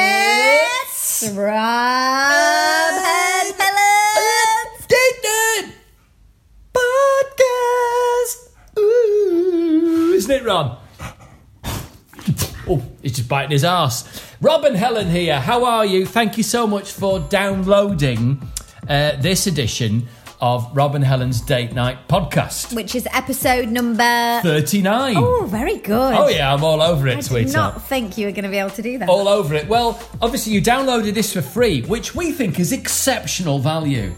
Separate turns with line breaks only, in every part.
It's
Rob and Helen's
date night podcast. Ooh, isn't it, Rob? Oh, he's just biting his ass. Rob and Helen here. How are you? Thank you so much for downloading uh, this edition of Rob and Helen's Date Night podcast.
which is episode number.
Thirty-nine.
Oh, very good.
Oh yeah, I'm all over it,
I
sweetheart.
did not think you were going to be able to do that.
all over it. Well, obviously you downloaded this for free, which we think is exceptional value.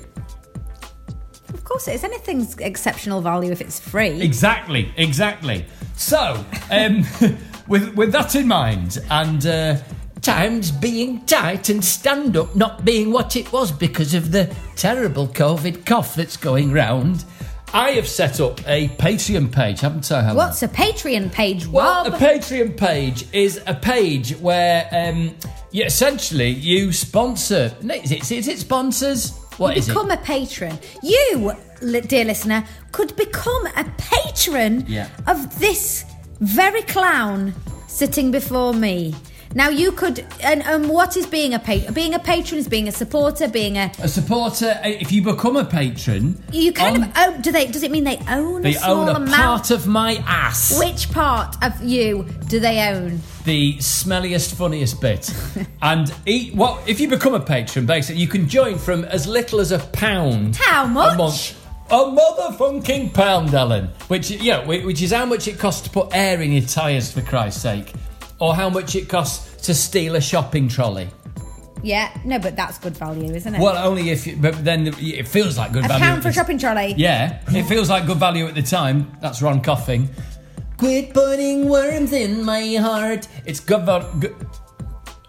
Of course, it is. Anything's exceptional value if it's free.
Exactly, exactly. So, um, with with that in mind, and uh, times being tight and stand up not being what it was because of the terrible COVID cough that's going round, I have set up a Patreon page, haven't I, Helen?
What's a Patreon page,
Well,
Rob?
a Patreon page is a page where um, you essentially you sponsor. no, Is it, is it sponsors? What is
become a patron. You, li- dear listener, could become a patron
Yeah.
of this very clown sitting before me. Now you could, and, and what is being a patron? Being a patron is being a supporter. Being a
it? A supporter. uh, If you become a patron,
you kind
on-
of own, do they? Does it mean they own
they
a
own
small
a
amount?
part of my ass.
Which part of you do they own?
the smelliest, funniest bit. and eat what if you become a patron, basically you can join from as little as a pound.
How much?
A month. A motherfucking pound, Ellen. Which you know, whi- which is how much it costs to put air in your tyres for Christ's sake. Or how much it costs to steal a shopping trolley.
Yeah, no, but that's good value, isn't it?
Well, only if, you, but then it feels like good
a
value.
pound for a
It's-
shopping trolley.
yeah, it feels like good value at the time. That's Ron coughing. Quit putting worms in my heart. It's good, val- good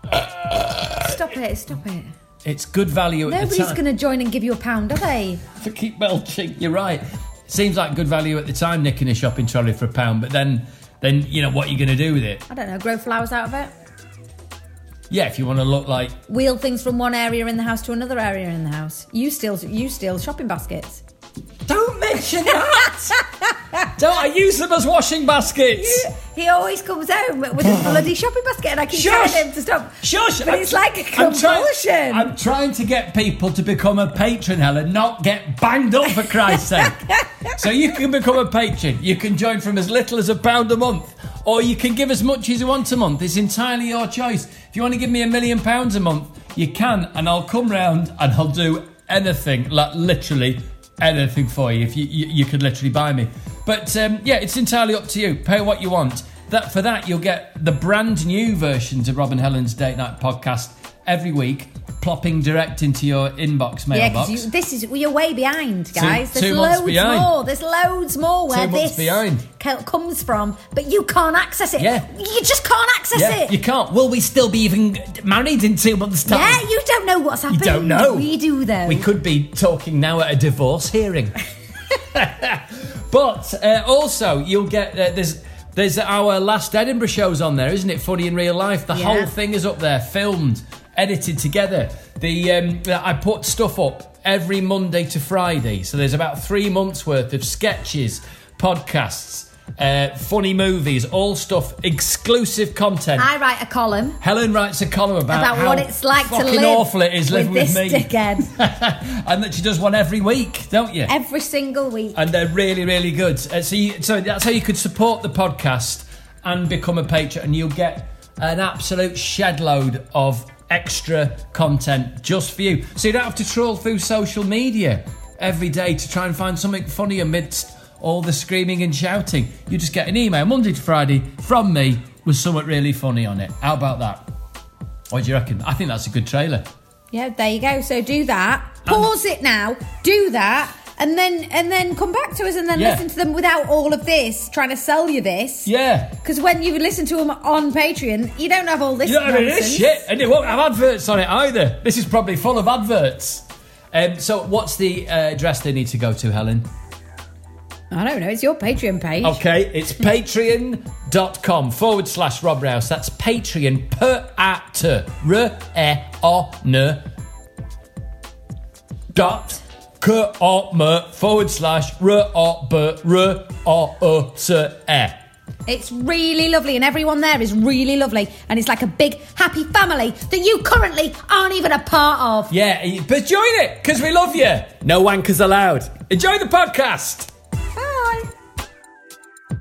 Stop it! Stop it!
It's good value at the time.
Nobody's going to join and give you a pound, are they?
to keep belching. You're right. Seems like good value at the time, nicking a shopping trolley for a pound, but then, then you know what you're going to do with it.
I don't know. Grow flowers out of it.
Yeah, if you want to look like
wheel things from one area in the house to another area in the house. You steal you steal shopping baskets.
don't mention that. don't I use them as washing baskets?
He always comes home with a bloody shopping basket, and I keep
Shush!
telling him to stop.
Shush!
But it's like a
I'm try-
compulsion.
I'm trying to get people to become a patron, Helen, not get banged up for Christ's sake. so you can become a patron. You can join from as little as a pound a month, or you can give as much as you want a month. It's entirely your choice. If you want to give me a million pounds a month, you can, and I'll come round and I'll do anything, like literally anything for you. If you you, you could literally buy me, but um, yeah, it's entirely up to you. Pay what you want. That for that you'll get the brand new versions of Robin Helen's Date Night podcast every week, plopping direct into your inbox
yeah,
mailbox.
because this is you're way behind, guys. There's
two months
loads
behind.
more. There's loads more where
Two months
this
behind.
co- comes from, but you can't access it.
Yeah.
you just can't access
yeah,
it.
you can't. Will we still be even married in two months' time?
yeah, you don't know what's
You
happening.
don't know.
We do though.
We could be talking now at a divorce hearing. but uh, also, you'll get uh, there's there's our last Edinburgh shows on there, isn't it? Funny in real life. The
Yeah.
whole thing is up there, filmed, edited together. The um, I put stuff up every Monday to Friday, so there's about three months worth of sketches, podcasts. Uh, funny movies, all stuff, exclusive content.
I write a column
Helen writes a column about,
about
how
what it's like to
fucking
live
awful it is living with,
with this
me
dickhead
and that she does one every week, don't you?
every single week.
and they're really, really good. Uh, so, you, so that's how you could support the podcast and become a patron, and you'll get an absolute shed load of extra content just for you. So you don't have to trawl through social media every day to try and find something funny amidst all the screaming and shouting. You just get an email Monday to Friday from me with something really funny on it. How about that? What do you reckon? I think that's a good trailer.
Yeah, there you go. So do that. Pause it now. Do that. And then and then come back to us and then
Yeah.
listen to them without all of this trying to sell you this.
Yeah.
Because when you listen to them on Patreon, you don't have all this.
You know what I mean? It's
nonsense.
shit, and it won't have adverts on it either. This is probably full of adverts. Um, so, what's the uh, address they need to go to, Helen?
I don't know. It's your Patreon page.
Okay, it's patreon.com forward slash Rob Rouse. That's Patreon per at r e o n dot com forward slash r o b r o o s e.
It's really lovely, and everyone there is really lovely, and it's like a big happy family that you currently aren't even a part of.
Yeah, but join it because we love you. No wankers allowed. Enjoy the podcast.
Bye.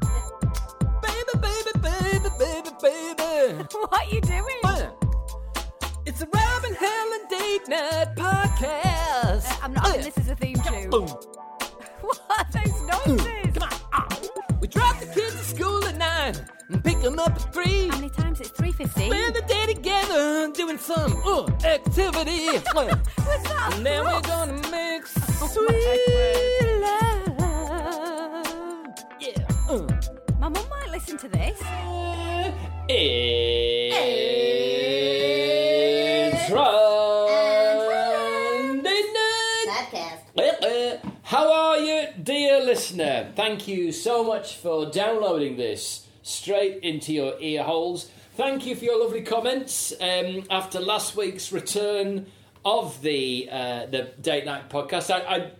Baby, baby, baby, baby, baby.
What are you doing?
It's a Robin Helen date night podcast.
Uh, I'm not. This is a theme tune.
Boom.
What are those noises?
Come on. Ah. We drop the kids to school at nine and pick them up at three.
How many times? It's three fifteen.
Spend the day together doing some uh, activity. Uh,
What's that?
and then we're gonna make
Oh,
sweet love. Yeah. Uh.
My mum might listen to this.
It's Sunday night.
podcast.
Uh, How are you, dear listener? Thank you so much for downloading this straight into your ear holes. Thank you for your lovely comments um, after last week's return of the uh, the date night podcast. I, I,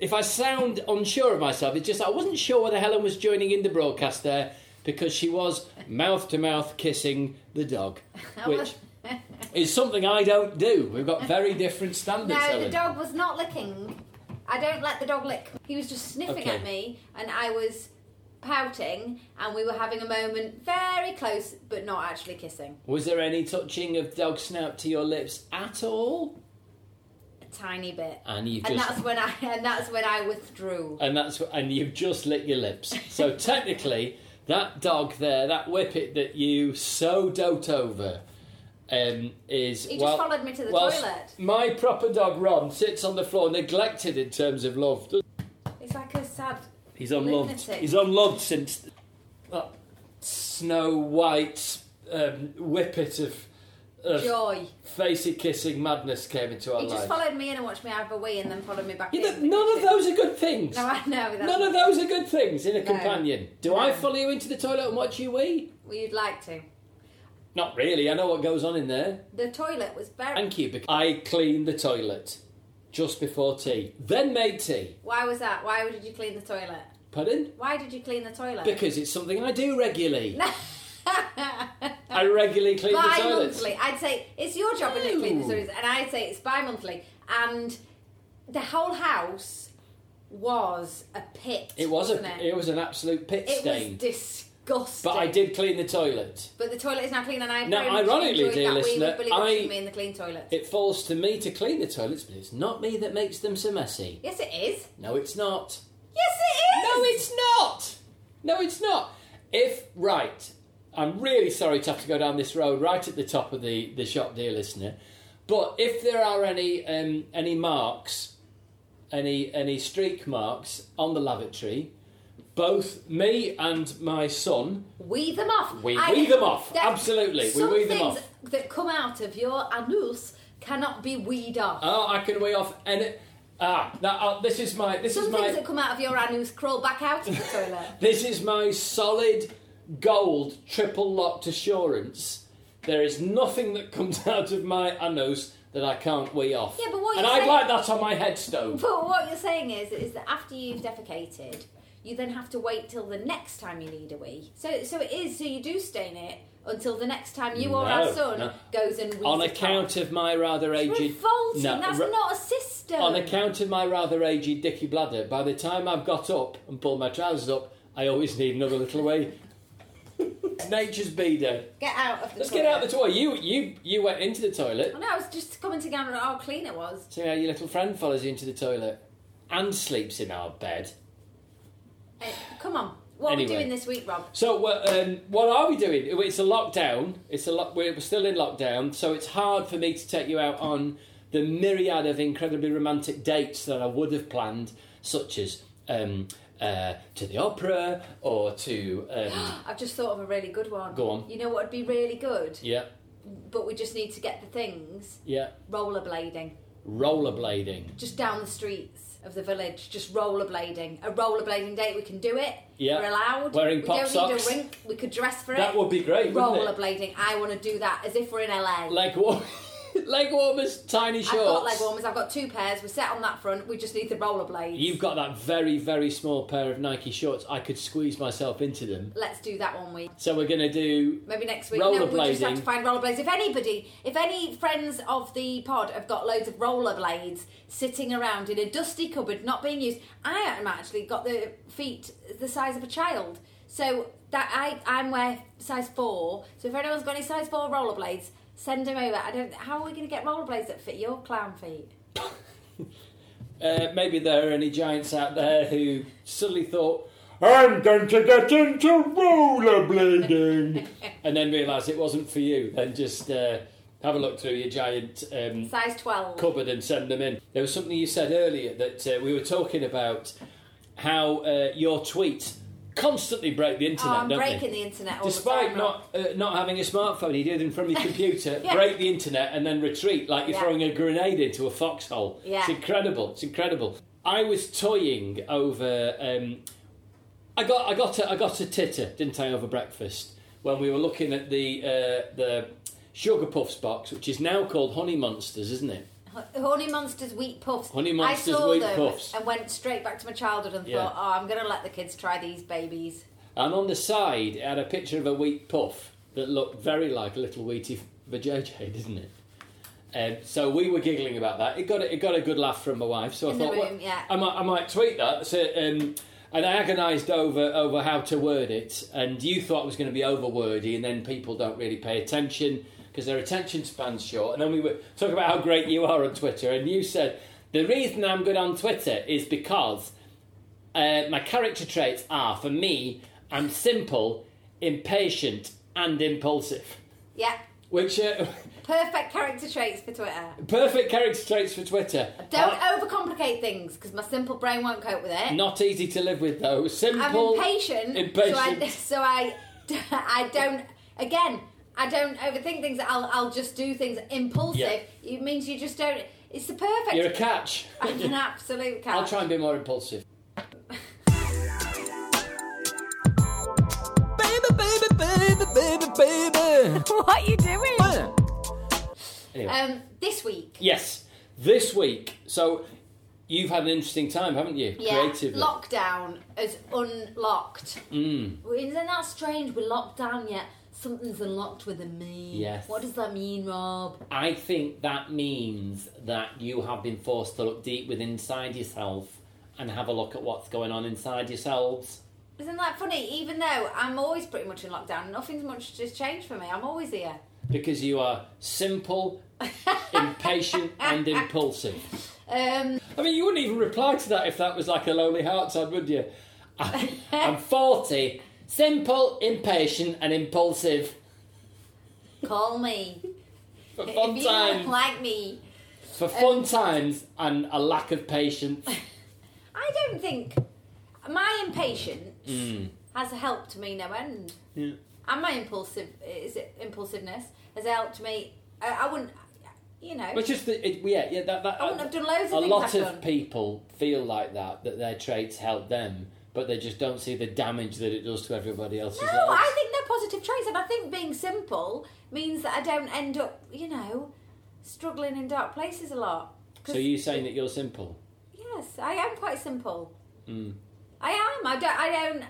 if I sound unsure of myself, it's just I wasn't sure whether Helen was joining in the broadcast there because she was mouth to mouth kissing the dog, which is something I don't do. We've got very different standards.
No, the
Helen.
dog was not licking. I don't let the dog lick. He was just sniffing
Okay.
at me, and I was pouting, and we were having a moment very close, but not actually kissing.
Was there any touching of dog snout to your lips at all?
A tiny bit.
And you've
And
just
that's when I and that's when I withdrew.
and that's and you've just licked your lips. So technically, that dog there, that whippet that you so dote over, um, is
He just
well,
followed me to the
whilst
toilet.
My proper dog Ron sits on the floor, neglected in terms of love.
It's like a sad.
He's unloved.
Lunatic.
He's unloved since that Snow White um, whippet of, of
Joy.
facey kissing madness came into our
He just
lives.
followed me in and watched me have a wee and then followed me back
You know,
in.
none of those are good things.
No, I know. That's
None of those are good things in a companion. Do I
No.
follow you into the toilet and watch you wee?
Well, you'd like to.
Not really. I know what goes on in there.
The toilet was very.
Thank you. bec- I cleaned the toilet just before tea, then made tea.
Why was that? Why did you clean the toilet?
Pardon?
Why did you clean the toilet?
Because it's something I do regularly. I regularly clean the toilets.
bi-monthly. I'd say it's your job isn't it, to clean the
No.
toilets, and I'd say it's bi-monthly. And the whole house was a pit.
It was
wasn't
a, it was an absolute pit
It was
stain.
disgusting.
but I did clean the toilet.
But the toilet is now clean, and I
Now,
very much
ironically,
enjoyed
dear
that
listener,
we
I-
me in the clean toilet.
It falls to me to clean the toilets, but it's not me that makes them so messy.
yes, it is.
No, it's not.
Yes, it is.
No, it's not. No, it's not. If right, I'm really sorry to have to go down this road right at the top of the the shop, dear listener. But if there are any um, any marks, any any streak marks on the lavatory, both me and my son,
Weed them off.
We weed them off,
there-
absolutely, we
some
weed them
things
off.
That come out of your anus cannot be weed off.
oh, I can weigh off any. Ah, that, uh, this is my this
Some
is
things
my
that come out of your anus crawl back out of the toilet.
This is my solid gold triple locked assurance. There is nothing that comes out of my anus that I can't wee off.
Yeah, but what
and
you're
I'd
saying-
like that on my headstone.
But what you're saying is, is that after you've defecated, you then have to wait till the next time you need a wee. So, so it is. So you do stain it until the next time you or our
No,
son
no.
goes and wees
On
it
account of my rather
off.
aged.
revolting.
No,
That's
ra-
not a system.
On account of my rather aged dicky bladder, by the time I've got up and pulled my trousers up, I always need another little wee. Nature's beader.
Get out of the.
Let's
toilet.
get out the toilet. You you you went into the toilet.
Oh, no, I was just commenting on how clean it was.
See how your little friend follows you into the toilet and sleeps in our bed.
Eh, come on, what are we
Anyway.
doing this week, Rob?
So what, um, what are we doing? It's a lockdown. It's a lo- we're still in lockdown, so it's hard for me to take you out on the myriad of incredibly romantic dates that I would have planned, such as um, uh, to the opera or to um,
I've just thought of a really good one.
Go on.
You know what would be really good,
yeah,
but we just need to get the things
yeah,
rollerblading.
rollerblading.
just down the streets of the village, just rollerblading. A rollerblading date, we can do it.
Yeah.
We're allowed.
Wearing
we
pop
don't
socks.
need a rink. We could dress for it.
That would be great, wouldn't it?
rollerblading. I want to do that as if we're in LA.
Like what? Leg warmers, tiny shorts.
I've got leg warmers. I've got two pairs. We're set on that front. We just need the rollerblades.
You've got that very, very small pair of Nike shorts. I could squeeze myself into them.
Let's do that one week.
So we're going to do.
Maybe next week. No, we just have to
Rollerblading.
find rollerblades. If anybody, if any friends of the pod have got loads of rollerblades sitting around in a dusty cupboard not being used, I am actually got the feet the size of a child. So that I I'm wear size four. So if anyone's got any size four rollerblades, send them over. I don't. How are we going to get rollerblades that fit your clown feet?
Uh, maybe there are any giants out there who suddenly thought, I'm going to get into rollerblading. and then realised it wasn't for you. Then just uh, have a look through your giant um,
Size twelve.
cupboard and send them in. There was something you said earlier that uh, we were talking about how uh, your tweets constantly break the
Oh,
internet,
I'm
don't they?
breaking the internet all the
Despite
time.
not uh, not having a smartphone, you do them from your computer,
Yeah.
break the internet, and then retreat like you're
Yeah.
throwing a grenade into a foxhole.
Yeah.
It's incredible. It's incredible. I was toying over. Um, I got I got a, I got a titter, didn't I, over breakfast when we were looking at the uh, the sugar puffs box, which is now called Honey Monsters, isn't it?
Ho- Horny Monsters Wheat Puffs.
Horny
I
Monsters
saw
Wheat
them
Puffs.
and went straight back to my childhood and
Yeah.
thought, oh, I'm going to let the kids try these babies.
And on the side, it had a picture of a wheat puff that looked very like a little wheaty for JJ, didn't it? Um, so we were giggling about that. It got a, it got a good laugh from my wife. So
In
I
the
thought,
room,
well,
yeah.
I might I might tweet that. So, um, and I agonised over over how to word it, and you thought it was going to be over wordy, and then people don't really pay attention because their attention span's short. And then we were talking about how great you are on Twitter, and you said the reason I'm good on Twitter is because uh, my character traits are for me, I'm simple, impatient, and impulsive.
Yeah.
Which uh,
Perfect character traits for Twitter.
perfect character traits for Twitter.
Don't
Are
overcomplicate things because my simple brain won't cope with it.
not easy to live with though.
I'm
Simple,
impatient.
impatient.
So I, so I, I don't, again, I don't overthink things. I'll, I'll just do things impulsive.
Yeah.
It means you just don't. It's the perfect.
You're a catch.
I'm an absolute cat.
I'll try and be more impulsive.
baby, baby, baby, baby, baby.
What are you doing?
Anyway,
Um, this week.
yes, this week. So you've had an interesting time, haven't you?
Yeah,
Creatively.
lockdown has unlocked. Mm. Isn't that strange? We're locked down yet. Something's unlocked within me.
Yes.
What does that mean, Rob?
I think that means that you have been forced to look deep within inside yourself and have a look at what's going on inside yourselves.
Isn't that funny? Even though I'm always pretty much in lockdown, nothing's much has changed for me. I'm always here.
Because you are simple, impatient, and impulsive.
Um,
I mean, you wouldn't even reply to that if that was like a Lonely Hearts ad, would you? I, I'm 40, simple, impatient, and impulsive.
call me
For
if
fun
you don't
times,
like um, me.
for fun times, and a lack of patience.
I don't think my impatience
Hmm. Mm.
has helped me no end. And my impulsive is it impulsiveness has helped me. I, I wouldn't, you know.
But just the, it, yeah, yeah, that, that
I wouldn't have done loads of
a
things
lot
I've
of
done.
people feel like that that their traits help them, but they just don't see the damage that it does to everybody else's
No,
lives.
I think they're positive traits, and I think being simple means that I don't end up, you know, struggling in dark places a lot. 'Cause-
So you saying that you're simple? Hmm.
Yes, I am quite simple. I am. I don't. I don't.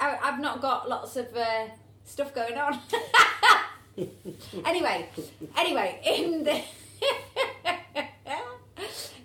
I, I've not got lots of uh, stuff going on. anyway, anyway, in the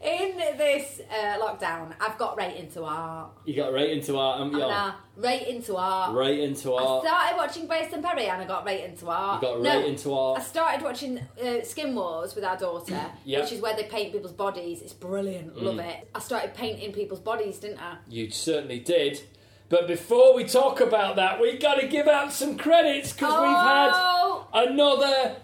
in this uh, lockdown, I've got right into art.
You got right into art, haven't you?
And, uh, right into art.
Right into
I
art.
started watching Grace and Perry and I got right into art.
You got right into art.
I started watching uh, Skin Wars with our daughter,
Yeah. Mm.
which is where they paint people's bodies. It's brilliant, love it. I started painting people's bodies, didn't I?
You certainly did. But before we talk about that, we got to give out some credits because
Oh!
we've had another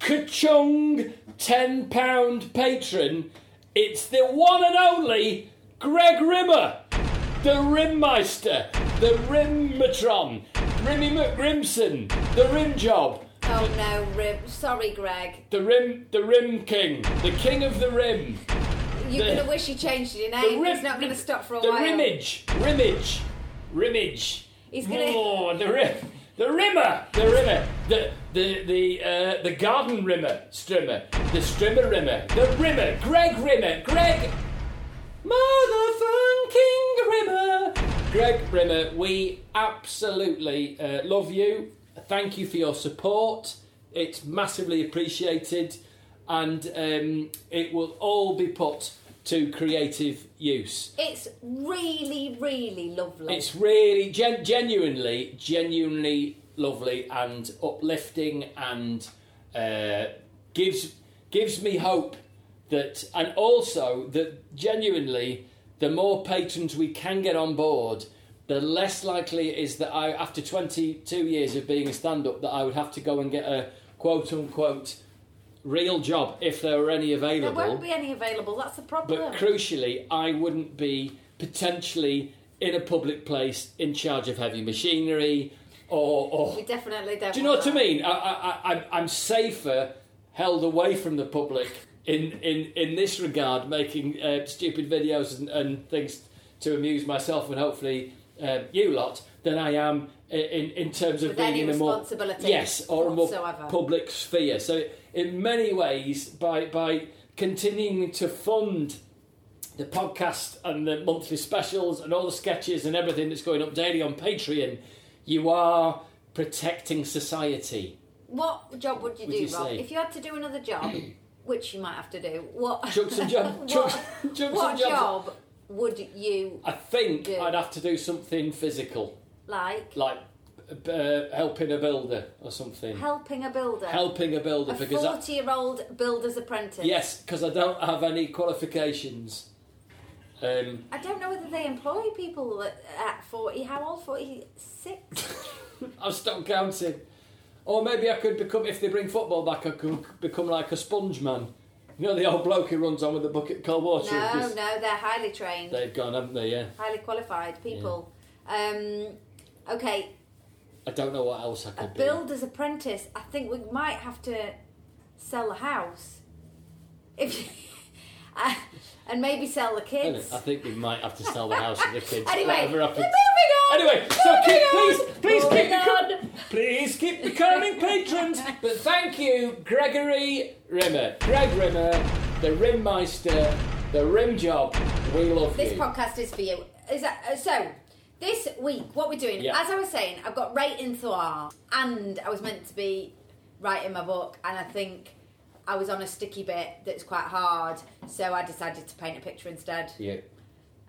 ka-chung £10 patron. It's the one and only Greg Rimmer, the Rimmeister, the Rimmatron, Rimmy McGrimson, the Rim Job,
Oh no, Rib. Sorry, Greg.
the Rim, the Rim King, the King of the Rim.
You're
The-
gonna wish you changed your name.
rim-
He's not gonna stop for a
the
while.
rimage, rimage, rimage.
He's gonna-
Oh, the rim, The rimmer, the rimmer, the the the uh, the garden rimmer, strimmer, the strimmer rimmer, the rimmer, Greg rimmer, Greg, motherfucking rimmer, Greg rimmer. We absolutely uh, love you. Thank you for your support. It's massively appreciated, and um, it will all be put to creative use.
It's really, really lovely.
It's really gen- genuinely, genuinely lovely and uplifting, and uh, gives gives me hope that, and also that genuinely, the more patrons we can get on board, the less likely it is that I, after twenty two years of being a stand up, that I would have to go and get a quote unquote real job if there were any
there
available.
won't be any available. That's the problem.
But crucially, I wouldn't be potentially in a public place in charge of heavy machinery or. or
we definitely don't.
do you know
want
what I
that.
mean? I, I, I, I'm- I'm safer held away from the public in, in, in this regard, making uh, stupid videos and, and things to amuse myself and hopefully uh, you lot, than I am in, in terms of
With
being
any
in a more
responsibility
yes or a
whatsoever.
more public sphere. So in many ways, by by continuing to fund the podcast and the monthly specials and all the sketches and everything that's going up daily on Patreon, you are protecting society.
What job would you
Would
do,
you
Rob?
say?
If you had to do another job, which you might have to do, what
Chuck some job-
what,
chuck- chuck some
what
jobs.
job would you
I think
Yeah.
I'd have to do something physical,
like?
like uh, helping a builder or something.
Helping a builder.
helping a builder
a
because I,
forty-year-old builder's apprentice.
yes, because I don't have any qualifications. Um,
I don't know whether they employ people at, at forty. How old? Forty-six.
I've stopped counting. Or maybe I could become, if they bring football back, I could become like a sponge man. You know, the old bloke who runs on with a bucket of cold water.
no,
because
no, they're highly trained,
They've gone, haven't they? Yeah.
highly qualified people. Um, okay,
I don't know what else I
a
could do.
builder's apprentice. I think we might have to sell the house, if uh, and maybe sell the
Anyway,
kids.
I think we might have to sell the house to the kids.
Anyway,
whatever happens.
moving on.
Anyway, so keep,
Moving
please,
on.
please keep,
Moving
becom- please keep becoming patrons. But thank you, Gregory Rimmer, Greg Rimmer, the Rimmeister, the Rim Job. We love
This
you.
podcast is for you. Is that uh, so? This week, what we're doing?
Yeah.
As I was saying, I've got writing through, and I was meant to be writing my book, and I think I was on a sticky bit that's quite hard, so I decided to paint a picture instead.
yeah.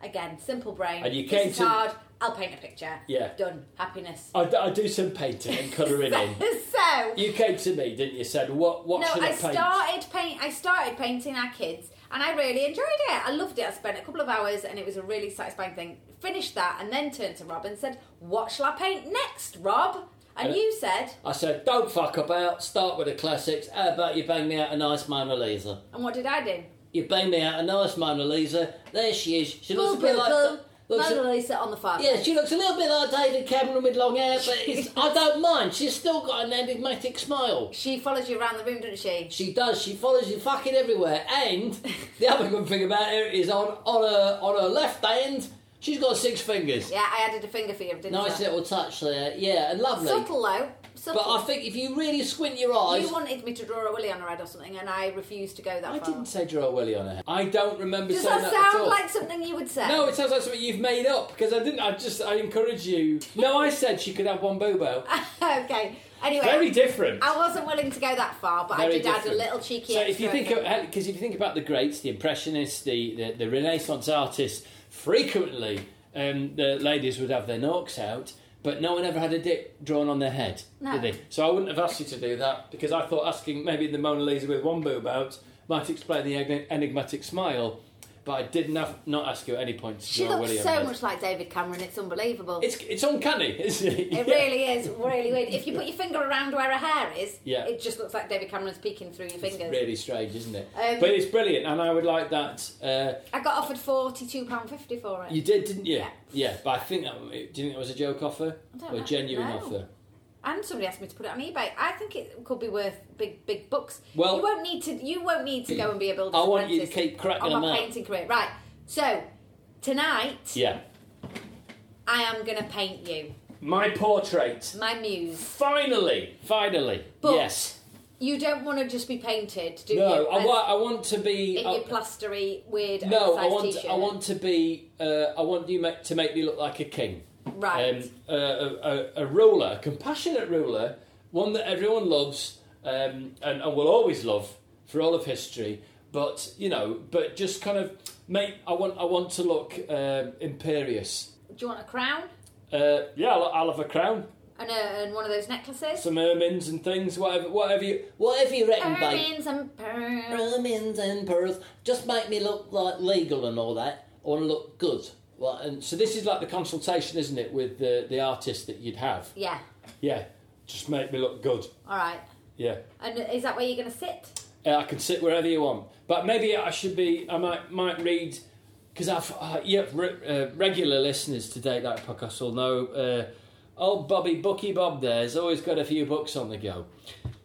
Again, simple brain.
And you
This
came
is
to-
hard. I'll paint a picture.
Yeah.
Done. Happiness.
I, do- I do some painting and colouring in.
so
You came to me, didn't you? Said what? What
No,
should I,
I
paint?
started paint. I started painting our kids, and I really enjoyed it. I loved it. I spent a couple of hours, and it was a really satisfying thing. Finished that, and then turned to Rob and said, "What shall I paint next, Rob?" And
Uh,
you said,
I said, don't fuck about. Start with the classics. How about you bang me out a nice Mona Lisa?
"And what did I do?"
You bang me out a nice Mona Lisa. There she is. She
Boo,
looks
boo,
a bit like.
boo.
looks
Mona
a-
Lisa on the fire.
yeah, she looks a little bit like David Cameron with long hair, but it's, I don't mind. She's still got an enigmatic smile.
She follows you around the room, doesn't she?
She does. She follows you fucking everywhere. And the other good thing about her is on on her on her left hand, she's got six fingers.
Yeah, I added a finger for you, didn't
Nice
I?
little touch there. Yeah, and lovely.
Subtle though. Subtle.
But I think if you really squint your eyes,
you wanted me to draw a willy on her head or something, and I refused to go that
I
far.
didn't say draw a willy on her. head. I don't remember
Does
saying
that
at
sound
all.
like something you would say?
No, it sounds like something you've made up because I didn't. I just I encourage you. No, I said she could have one bobo.
okay. Anyway.
Very different.
I wasn't willing to go that far, but I
Very
did add a
different.
little cheeky.
So if you
extra
think uh,
thing.
because if you think about the greats, the impressionists, the the, the Renaissance artists, frequently um, the ladies would have their knocks out. But no one ever had a dick drawn on their head,
No.
did they? So I wouldn't have asked you to do that because I thought asking maybe the Mona Lisa with one boob out might explain the en- enigmatic smile. But I did not not ask you at any point. To
she
draw a
looks
Willy on her
so
head.
much like David Cameron, it's unbelievable.
It's it's uncanny, isn't it?
it really is really weird. If you put your finger around where her hair is,
Yeah.
it just looks like David Cameron's peeking through your fingers.
really strange, isn't it?
Um,
but it's brilliant, and I would like that. Uh,
I got offered forty-two pound fifty for it.
you did, didn't you?
Yeah.
but I think that, do you think that was a joke offer
I don't
or a
know.
genuine
No.
offer?
and somebody asked me to put it on eBay. I think it could be worth big, big bucks.
Well-
you won't need to. You won't need to go and be a builder.
I want you to keep cracking
on
them
my
up.
painting career. Right. So tonight,
Yeah.
I am going to paint you.
My portrait.
My muse.
Finally, finally.
But-
yes.
You don't want to just be painted, do you?
No, I
As
want. I want to be.
in
I-
your plastery weird
no, I
oversized
want.
t-shirt.
I want to be. Uh, I want you make, to make me look like a king.
Right.
Um, a, a, a- a ruler, a compassionate ruler, one that everyone loves um, and, and will always love for all of history. But you know, but just kind of make. I want. I want to look um imperious.
Do you want a crown
Uh, yeah, I'll, I'll have a crown,
and, a, and one of those necklaces?
some ermines and things, whatever, whatever you, whatever you reckon, babe.
Ermines and pearls.
Ermines and pearls. Just make me look like legal and all that. I want to look good. Well, and so this is like the consultation, isn't it, with the the artist that you'd have.
Yeah.
Yeah, just make me look good.
All right.
Yeah,
And is that where you're going to sit?
Uh, I can sit wherever you want, but maybe I should be. I might might read because I've uh, yeah re- uh, regular listeners to date that podcast will know. Uh, old Bobby Bucky Bob there's always got a few books on the go,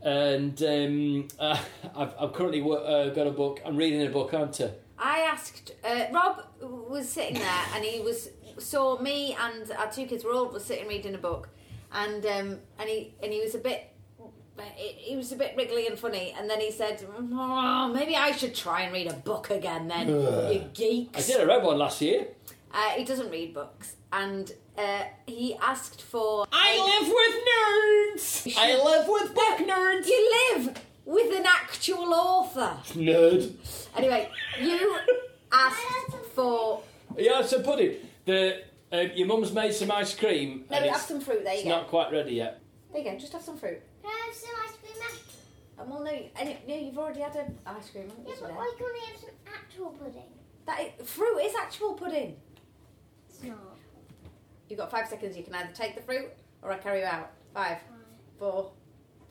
and um, uh, I've, I've currently wo- uh, got a book. I'm reading a book, aren't I?
I asked uh, Rob was sitting there and he was saw me and our two kids were all was sitting reading a book and um, and he and he was a bit he was a bit wriggly and funny and then he said "Oh, maybe I should try and read a book again then you
I
geeks
did. I read one last year.
uh, he doesn't read books and uh, he asked for
I live with nerds. I live with book nerds.
you live with an actual author
Nerd.
anyway you asked for
Yeah, it's a pudding. The uh, your mum's made some ice cream.
no
and
have
it's-
some fruit there you
It's
go
not quite ready yet.
there you go just have some fruit
Can I have some ice cream after?
Um, well, no, any, no, you've already had an ice cream, haven't you?
Yeah, but
today?
why can't I have some actual pudding?
That is, fruit is actual pudding.
It's not.
You've got five seconds. You can either take the fruit or I carry you out. Five, four,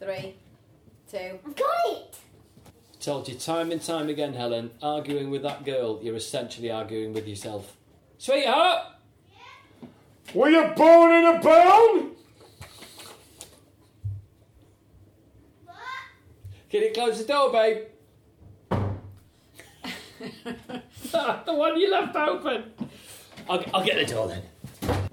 three, two.
I've got it!
Told you time and time again, Helen, arguing with that girl, you're essentially arguing with yourself. Sweetheart! Were you born in a barn? Can you close the door, babe? the one you left open. I'll, I'll get the door then.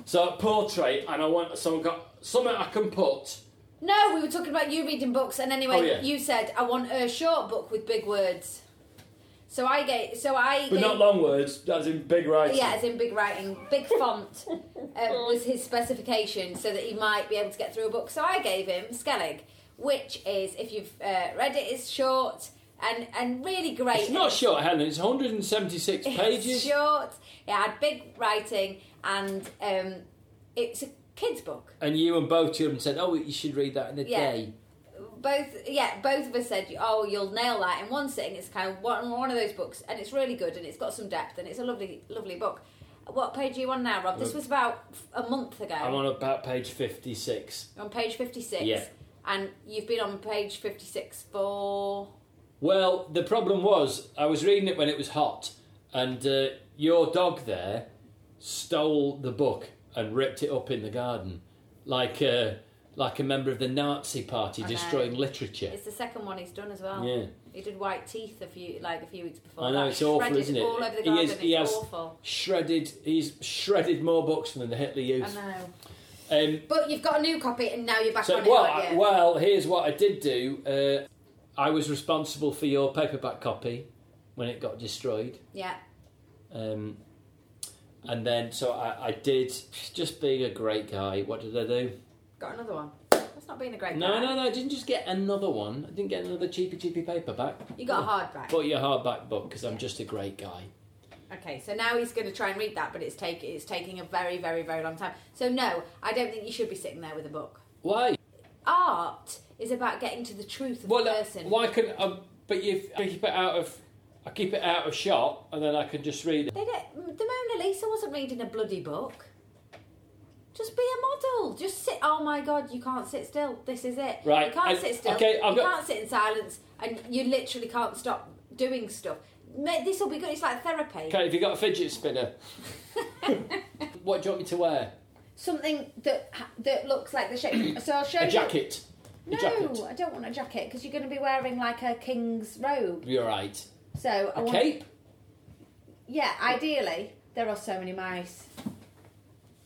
So portrait, and I want so I've got something I can put.
No, we were talking about you reading books, and anyway,
Oh, yeah.
you said I want a short book with big words. So I gave. So I.
But
gave,
not long words, as in big writing.
Yeah, it's in big writing, big font uh, was his specification, so that he might be able to get through a book. So I gave him Skellig, which is if you've uh, read it, it's short and and really great.
It's not short, Helen, it's 176
It's
pages.
short. It had big writing, and um, it's a kids' book.
And you and both children said, "Oh, you should read that in a
Yeah.
day."
Both, yeah, both of us said, "Oh, you'll nail that in one sitting." It's kind of one one of those books, and it's really good, and it's got some depth, and it's a lovely, lovely book. What page are you on now, Rob? This was about f- a month ago.
I'm on about page fifty-six.
You're on page 56.
Yeah.
And you've been on page 56 for.
Well, the problem was I was reading it when it was hot, and uh, your dog there stole the book and ripped it up in the garden, like uh, like a member of the Nazi Party
know.
destroying literature.
It's the second one he's done as well.
Yeah.
He did White Teeth a few, like a few weeks before.
I know
that.
it's awful,
Shredded
isn't it?
All over the
He
garden.
is- he
it's
has-
awful.
Shredded. He's shredded more books than the Hitler
I
Youth.
know.
Um,
But you've got a new copy, and now you're back
So,
on
well,
it. aren't
I,
you?
well, here's what I did do. Uh, I was responsible for your paperback copy when it got destroyed,
yeah.
um, and then so I, I did. Just being a great guy, what did I do?
Got another one. That's not being a great.
No,
guy.
no, no. I didn't just get another one. I didn't get another cheapy, cheapy paperback.
You got a hardback.
Bought your hardback book because I'm just a great guy.
Okay, so now he's going to try and read that, but it's take it's taking a very, very, very long time. So no, I don't think you should be sitting there with a book.
Why?
Art is about getting to the truth of
Well,
the
uh,
person.
why couldn't? I, but you I keep it out of. I keep it out of shot, and then I can just read it.
They don't, the Mona Lisa wasn't reading a bloody book. Just be a model. Just sit. Oh my God, you can't sit still. This is it.
Right,
You can't
I-
sit still.
okay, I've
you
got-
can't sit in silence, and you literally can't stop doing stuff. This will be good. It's like therapy.
Okay, have you got a fidget spinner? what do you want me to wear?
Something that ha- that looks like the shape. so I'll show
A
you.
jacket.
No,
A jacket.
I don't want a jacket because you're going to be wearing like a king's robe.
You're right.
So I
A
want.
cape?
Yeah, ideally there are so many mice.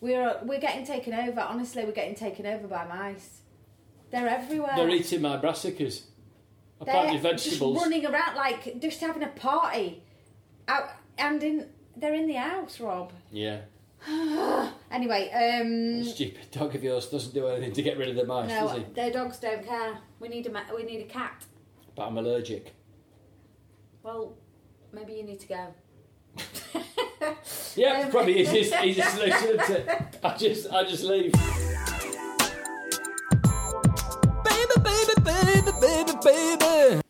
We're we're getting taken over. Honestly, we're getting taken over by mice. They're everywhere.
They're eating my brassicas.
They're
Apparently
Just
vegetables.
running around like just having a party. Out and in they're in the house, Rob.
Yeah.
Anyway, um
Stupid dog of yours doesn't do anything to get rid of the mice, does he?
no, their dogs don't care. We need a ma- we need a cat.
But I'm allergic.
Well, maybe you need to go.
Yeah,
Um,
probably it's just, it's just, it's just- I just I just leave.
Baby, baby, baby, baby, baby.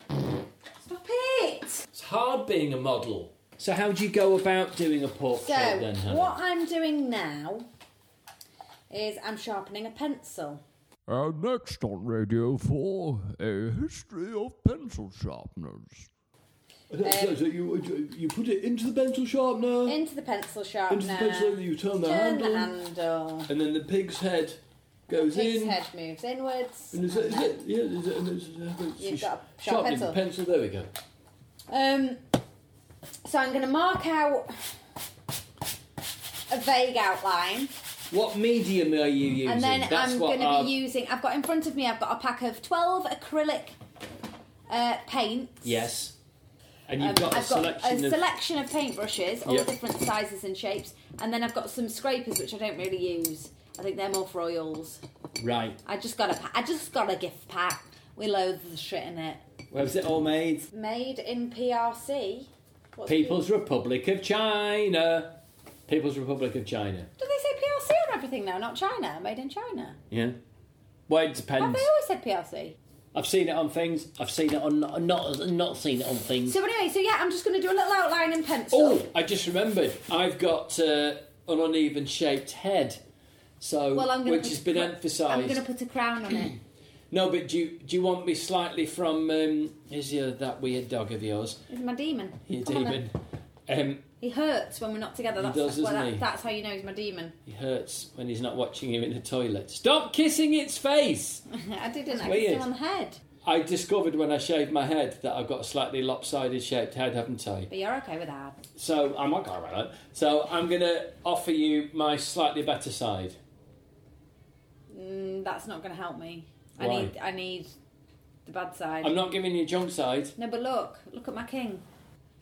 Stop it!
It's hard being a model. So how do you go about doing a portrait
So,
then? Hannah?
what I'm doing now is I'm sharpening a pencil.
And next on Radio 4, a history of pencil sharpeners.
Um,
so you you put it into the pencil sharpener,
Into the pencil sharpener.
you turn the
Turn the handle.
and then the pig's head goes
Pig's head moves inwards.
And is it, is it, yeah, is it, and it's, uh, it's-
You've
it's
got a sharp
sharpening
pencil.
pencil. There we go.
Um, so I'm going to mark out a vague outline,
What medium are you using?
and then
That's
I'm
what
going to
our-
be using. I've got in front of me. I've got a pack of twelve acrylic uh, paints.
Yes. And you've
Um,
got a
I've got
selection
a
of
selection of paintbrushes, all
Yep.
different sizes and shapes, and then I've got some scrapers which I don't really use. I think they're more for oils.
right.
I just got a, pa- I just got a gift pack. We loathe the shit in it.
Where was it all made?
Made in PRC. What's
People's Republic of China. People's Republic of China.
Do they say PRC on everything now? Not China. Made in China.
Yeah. Well, it
Have
depends.
they always said PRC?
I've seen it on things. I've seen it on not not seen it on things.
So anyway, so yeah, I'm just going to do a little outline in pencil.
Mm. Oh, I just remembered. I've got uh, an uneven shaped head, so
well, I'm going
which has been
I'm going to
emphasised.
put a crown on it.
No, but do you, do you want me slightly from? Um, is the other- that weird dog of yours?
It's my demon.
Your
Come on then.
demon. Um,
He hurts when we're not together. That's,
does,
well,
doesn't
that-
he?
that's how you know he's my demon.
he hurts when he's not watching you in the toilet. Stop kissing its face.
I didn't. I
weird.
kissed him on the head.
I discovered when I shaved my head that I've got a slightly lopsided shaped head, haven't I?
But you're okay with that.
So I'm not going about that. So I'm going to offer you my slightly better side.
Mm, that's not going to help me. I
Why?
need. I need the bad side.
I'm not giving you junk side.
No, but look, look at my king.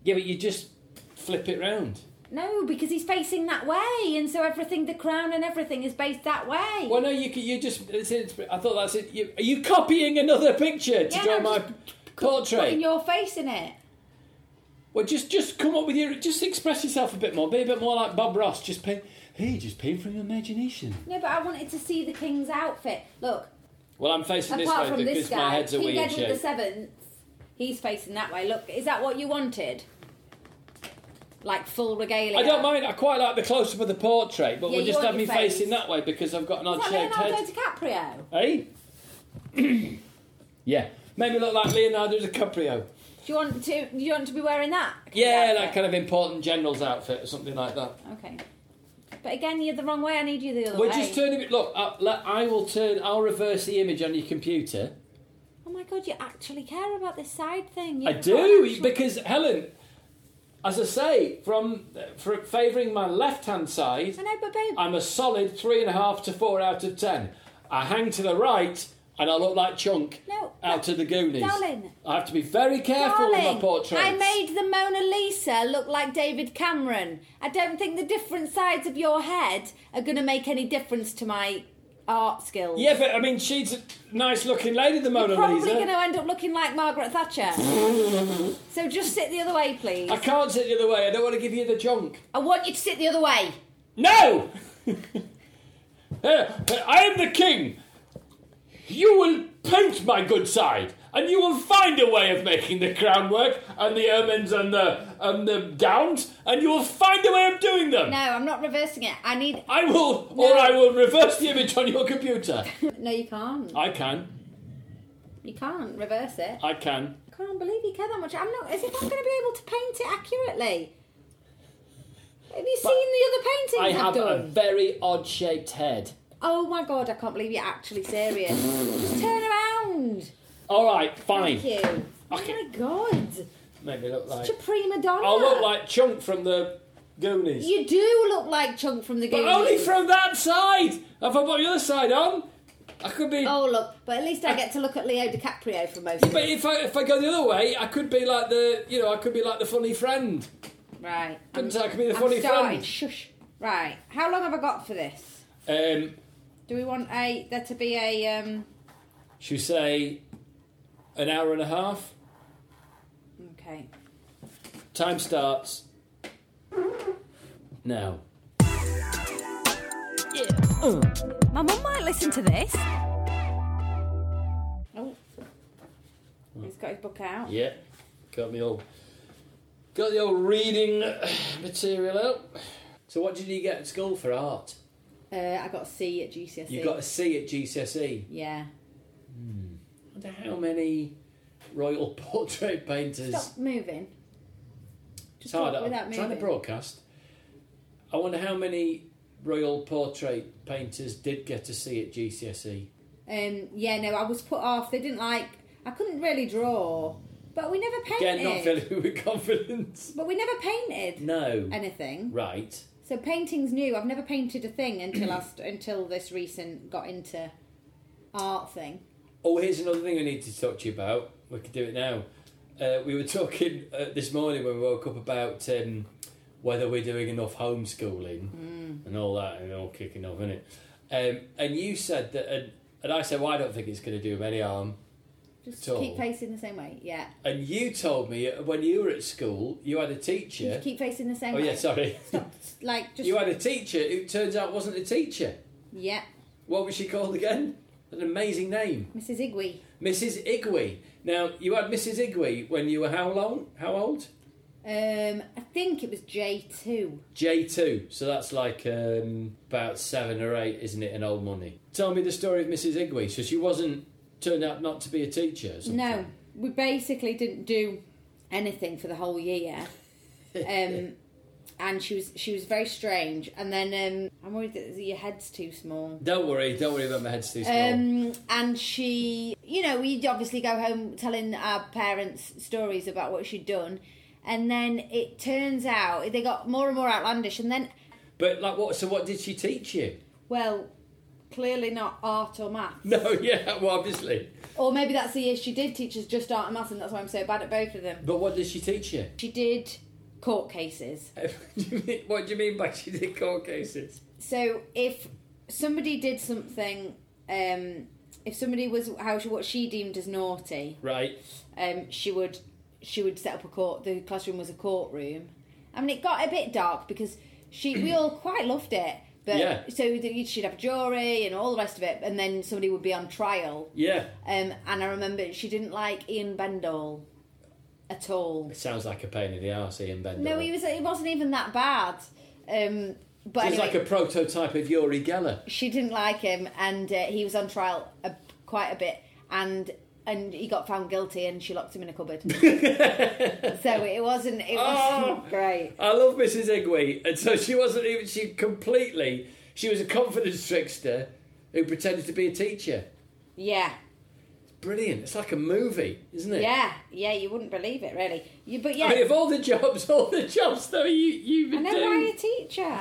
Yeah, but you just flip it round.
No, because he's facing that way, and so everything, the crown and everything, is based that way.
Well, no, you c- you just. It's, it's, I thought that's it. You, are you copying another picture to
Yeah,
draw
I'm
my
just
portrait?
Putting your face in it.
well, just just come up with your. Just express yourself a bit more. Be a bit more like Bob Ross. Just paint. Hey, just paint from your imagination.
No, but I wanted to see the king's outfit. Look,
Well, I'm facing this
apart
way
from
because
this
my
guy,
head's a
King
weird
Edward the
shape.
Seventh, he's facing that way. Look, is that what you wanted? Like full regalia.
I don't mind. I quite like the close up of the portrait, but
Yeah,
we'll
you
just
want
have me
your face.
facing that way because I've got an
Is
odd
that
shaped head.
Leonardo DiCaprio?
Hey? yeah. Maybe look like Leonardo DiCaprio.
Do you want to? Do you want to be wearing that?
Yeah, that kind of important general's outfit or something like that.
of. Okay. But again, you're the wrong way. I need you the other
We're
way.
just turning it. Look, I, let- I will turn. I'll reverse the image on your computer.
oh my god, you actually care about this side thing.
I
You've
do
got an actual-
because Helen, as I say, from for favouring my left-hand side,
I know, but babe,
I'm a solid three and a half to four out of ten. I hang to the right, and I look like Chunk
No,
out of the Goonies.
darling.
I have to be very careful with my
darling,
portraits.
I made the Mona Lisa look like David Cameron. I don't think the different sides of your head are going to make any difference to my art skills.
Yeah, but I mean, she's a nice-looking lady, the Mona
You're probably
Lisa.
going to end up looking like Margaret Thatcher. so just sit the other way, please.
I can't sit the other way. I don't want to give you the junk.
I want you to sit the other way.
No! Uh, I am the king. You will paint my good side, and you will find a way of making the crown work and the ermines and the and the gowns, and you will find a way of doing them.
No, I'm not reversing it. I need.
I will,
No.
or I will reverse the image on your computer.
No, you can't.
I can,
You can't reverse it.
I can.
I can't believe you care that much. I'm not. As if I'm going to be able to paint it accurately. Have you seen the other
I
paintings
have
I've done?
a very odd-shaped head.
Oh my god, I can't believe you're actually serious. Just turn around.
All right, fine.
Thank you. Oh
Okay.
my god.
Make me look like
Such a prima donna.
I'll look like Chunk from the Goonies.
You do look like Chunk from the
But
Goonies.
only from that side. If I put the other side on, I could be.
Oh look, but at least I get to look at Leo DiCaprio for most of
But
it.
if I if I go the other way, I could be like the you know I could be like the funny friend.
Right.
Couldn't I? I could be the
I'm
funny
starting.
friend.
Shush. Right. How long have I got for this?
Um,
Do we want a there to be a um
should we say an hour and a half?
okay.
Time starts now.
My mum might listen to this.
Oh. He's got his book out.
Yeah, got me all. Got the old reading material out. So what did you get at school for art?
Uh, I got a C at GCSE.
You got a C E. at GCSE.
Yeah.
wonder how many royal portrait painters.
Stop moving.
it's hard.
talk
I'm
without
trying to
moving.
broadcast. I wonder how many royal portrait painters did get to see at GCSE.
Um yeah, no, I was put off. They didn't like I couldn't really draw. But we never painted.
Again, not filling with confidence.
But we never painted
No.
anything.
Right.
So painting's new. I've never painted a thing until last until this recent got into art thing.
Oh, here's another thing we need to talk to you about. We could do it now. Uh, we were talking uh, this morning when we woke up about um, whether we're doing enough homeschooling
Mm.
and all that and all kicking off, innit? Um, and you said that, and, and I said, well, I don't think it's going to do him any harm.
Just
At all.
keep facing the same way. Yeah.
And you told me uh, when you were at school, you had a
Just
teacher.
keep facing the same
Oh,
way.
yeah, sorry.
Like just
You had a teacher who turns out wasn't a teacher.
yeah.
What was she called again? An amazing name.
Mrs. Igwe.
Mrs. Igwe. Now, you had Mrs. Igwe when you were how long? How old?
Um I think it was J two.
J2. So that's like um, about seven or eight, isn't it, in old money? Tell me the story of Mrs. Igwe. So she wasn't turned out not to be a teacher or something?
No. We basically didn't do anything for the whole year. Um and she was she was very strange and then um I'm worried that your head's too small.
Don't worry, don't worry about my head's too small.
Um, and she, you know, we'd obviously go home telling our parents stories about what she'd done. And then it turns out they got more and more outlandish. And then,
but like what so what did she teach you?
well, clearly not art or math.
No, yeah, well obviously.
Or maybe that's the year she did teach us just art and math, and that's why I'm so bad at both of them.
But what did she teach you?
She did court cases.
Do you mean- what do you mean by she did court cases?
So if somebody did something, um, if somebody was how she, what she deemed as naughty,
Right.
um, she would she would set up a court. The classroom was a courtroom. I mean, it got a bit dark because she we all quite loved it, but
Yeah.
so that she'd have a jury and all the rest of it, and then somebody would be on trial.
Yeah.
Um, and I remember she didn't like Ian Bendall at all.
It sounds like a pain in the arse, Ian Bender.
No, he was. It wasn't even that bad. Um, but
He's
anyway,
like a prototype of Yuri Geller.
she didn't like him, and uh, he was on trial a, quite a bit, and and he got found guilty, and she locked him in a cupboard. so it wasn't it wasn't
Oh.
great.
I love Mrs. Igwe, and so she wasn't even. She completely. She was a confidence trickster who pretended to be a teacher.
Yeah,
Brilliant! It's like a movie, isn't it?
yeah, yeah. You wouldn't believe it, really. You, but yeah,
I mean, of all the jobs, all the jobs though you you've been
I know why
doing.
a teacher.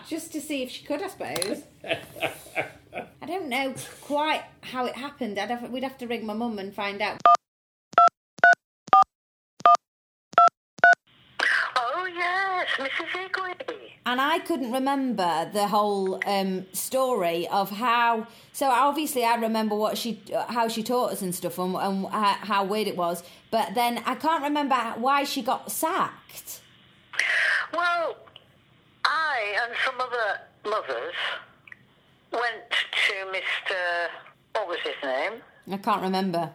Just to see if she could, I suppose. I don't know quite how it happened. I'd have, we'd have to ring my mum and find out.
Oh, yes, Mrs. Igwe.
And I couldn't remember the whole um, story of how. So obviously, I remember what she, how she taught us and stuff, and, and how how weird it was. But then I can't remember why she got sacked.
Well, I and some other mothers went to Mr. What was his name?
I can't remember.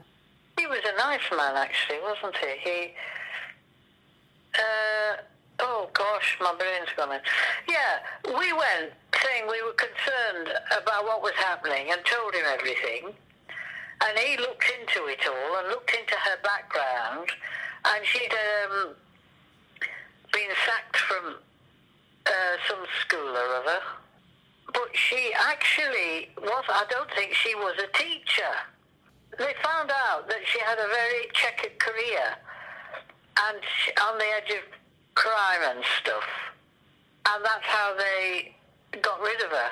He was a nice man, actually, wasn't he? He. Uh, oh gosh, my brain's gone. In. Yeah, we went saying we were concerned about what was happening and told him everything. And he looked into it all and looked into her background, and she'd um, been sacked from uh, some school or other. But she actually was, I don't think she was a teacher they found out that she had a very checkered career and sh- on the edge of crime and stuff. And that's how they got rid of her.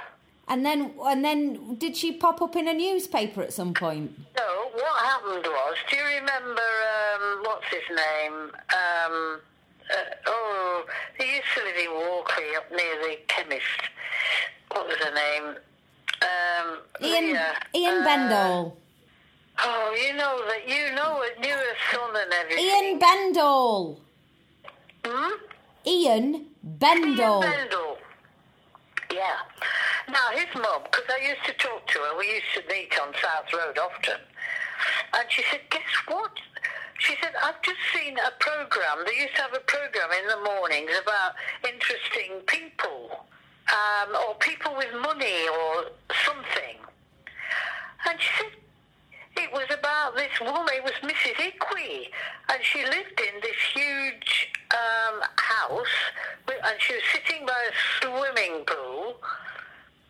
And then, and then, did she pop up in a newspaper at some point?
No, what happened was, do you remember, um, what's his name? Um, uh, oh, he used to live in Walkley up near the chemist. What was her name? Um,
Ian,
Leah.
Ian
Uh,
Bendall.
Oh, you know that you know it knew her son and everything.
Ian Bendall.
Hmm?
Ian
Ian
Bendall.
Bendel. Yeah. Now his mum, because I used to talk to her, we used to meet on South Road often, and she said, "Guess what?" She said, "I've just seen a program. They used to have a program in the mornings about interesting people, um, or people with money, or something." And she said, it was about this woman, it was Mrs. Iqui, and she lived in this huge um, house, with- and she was sitting by a swimming pool,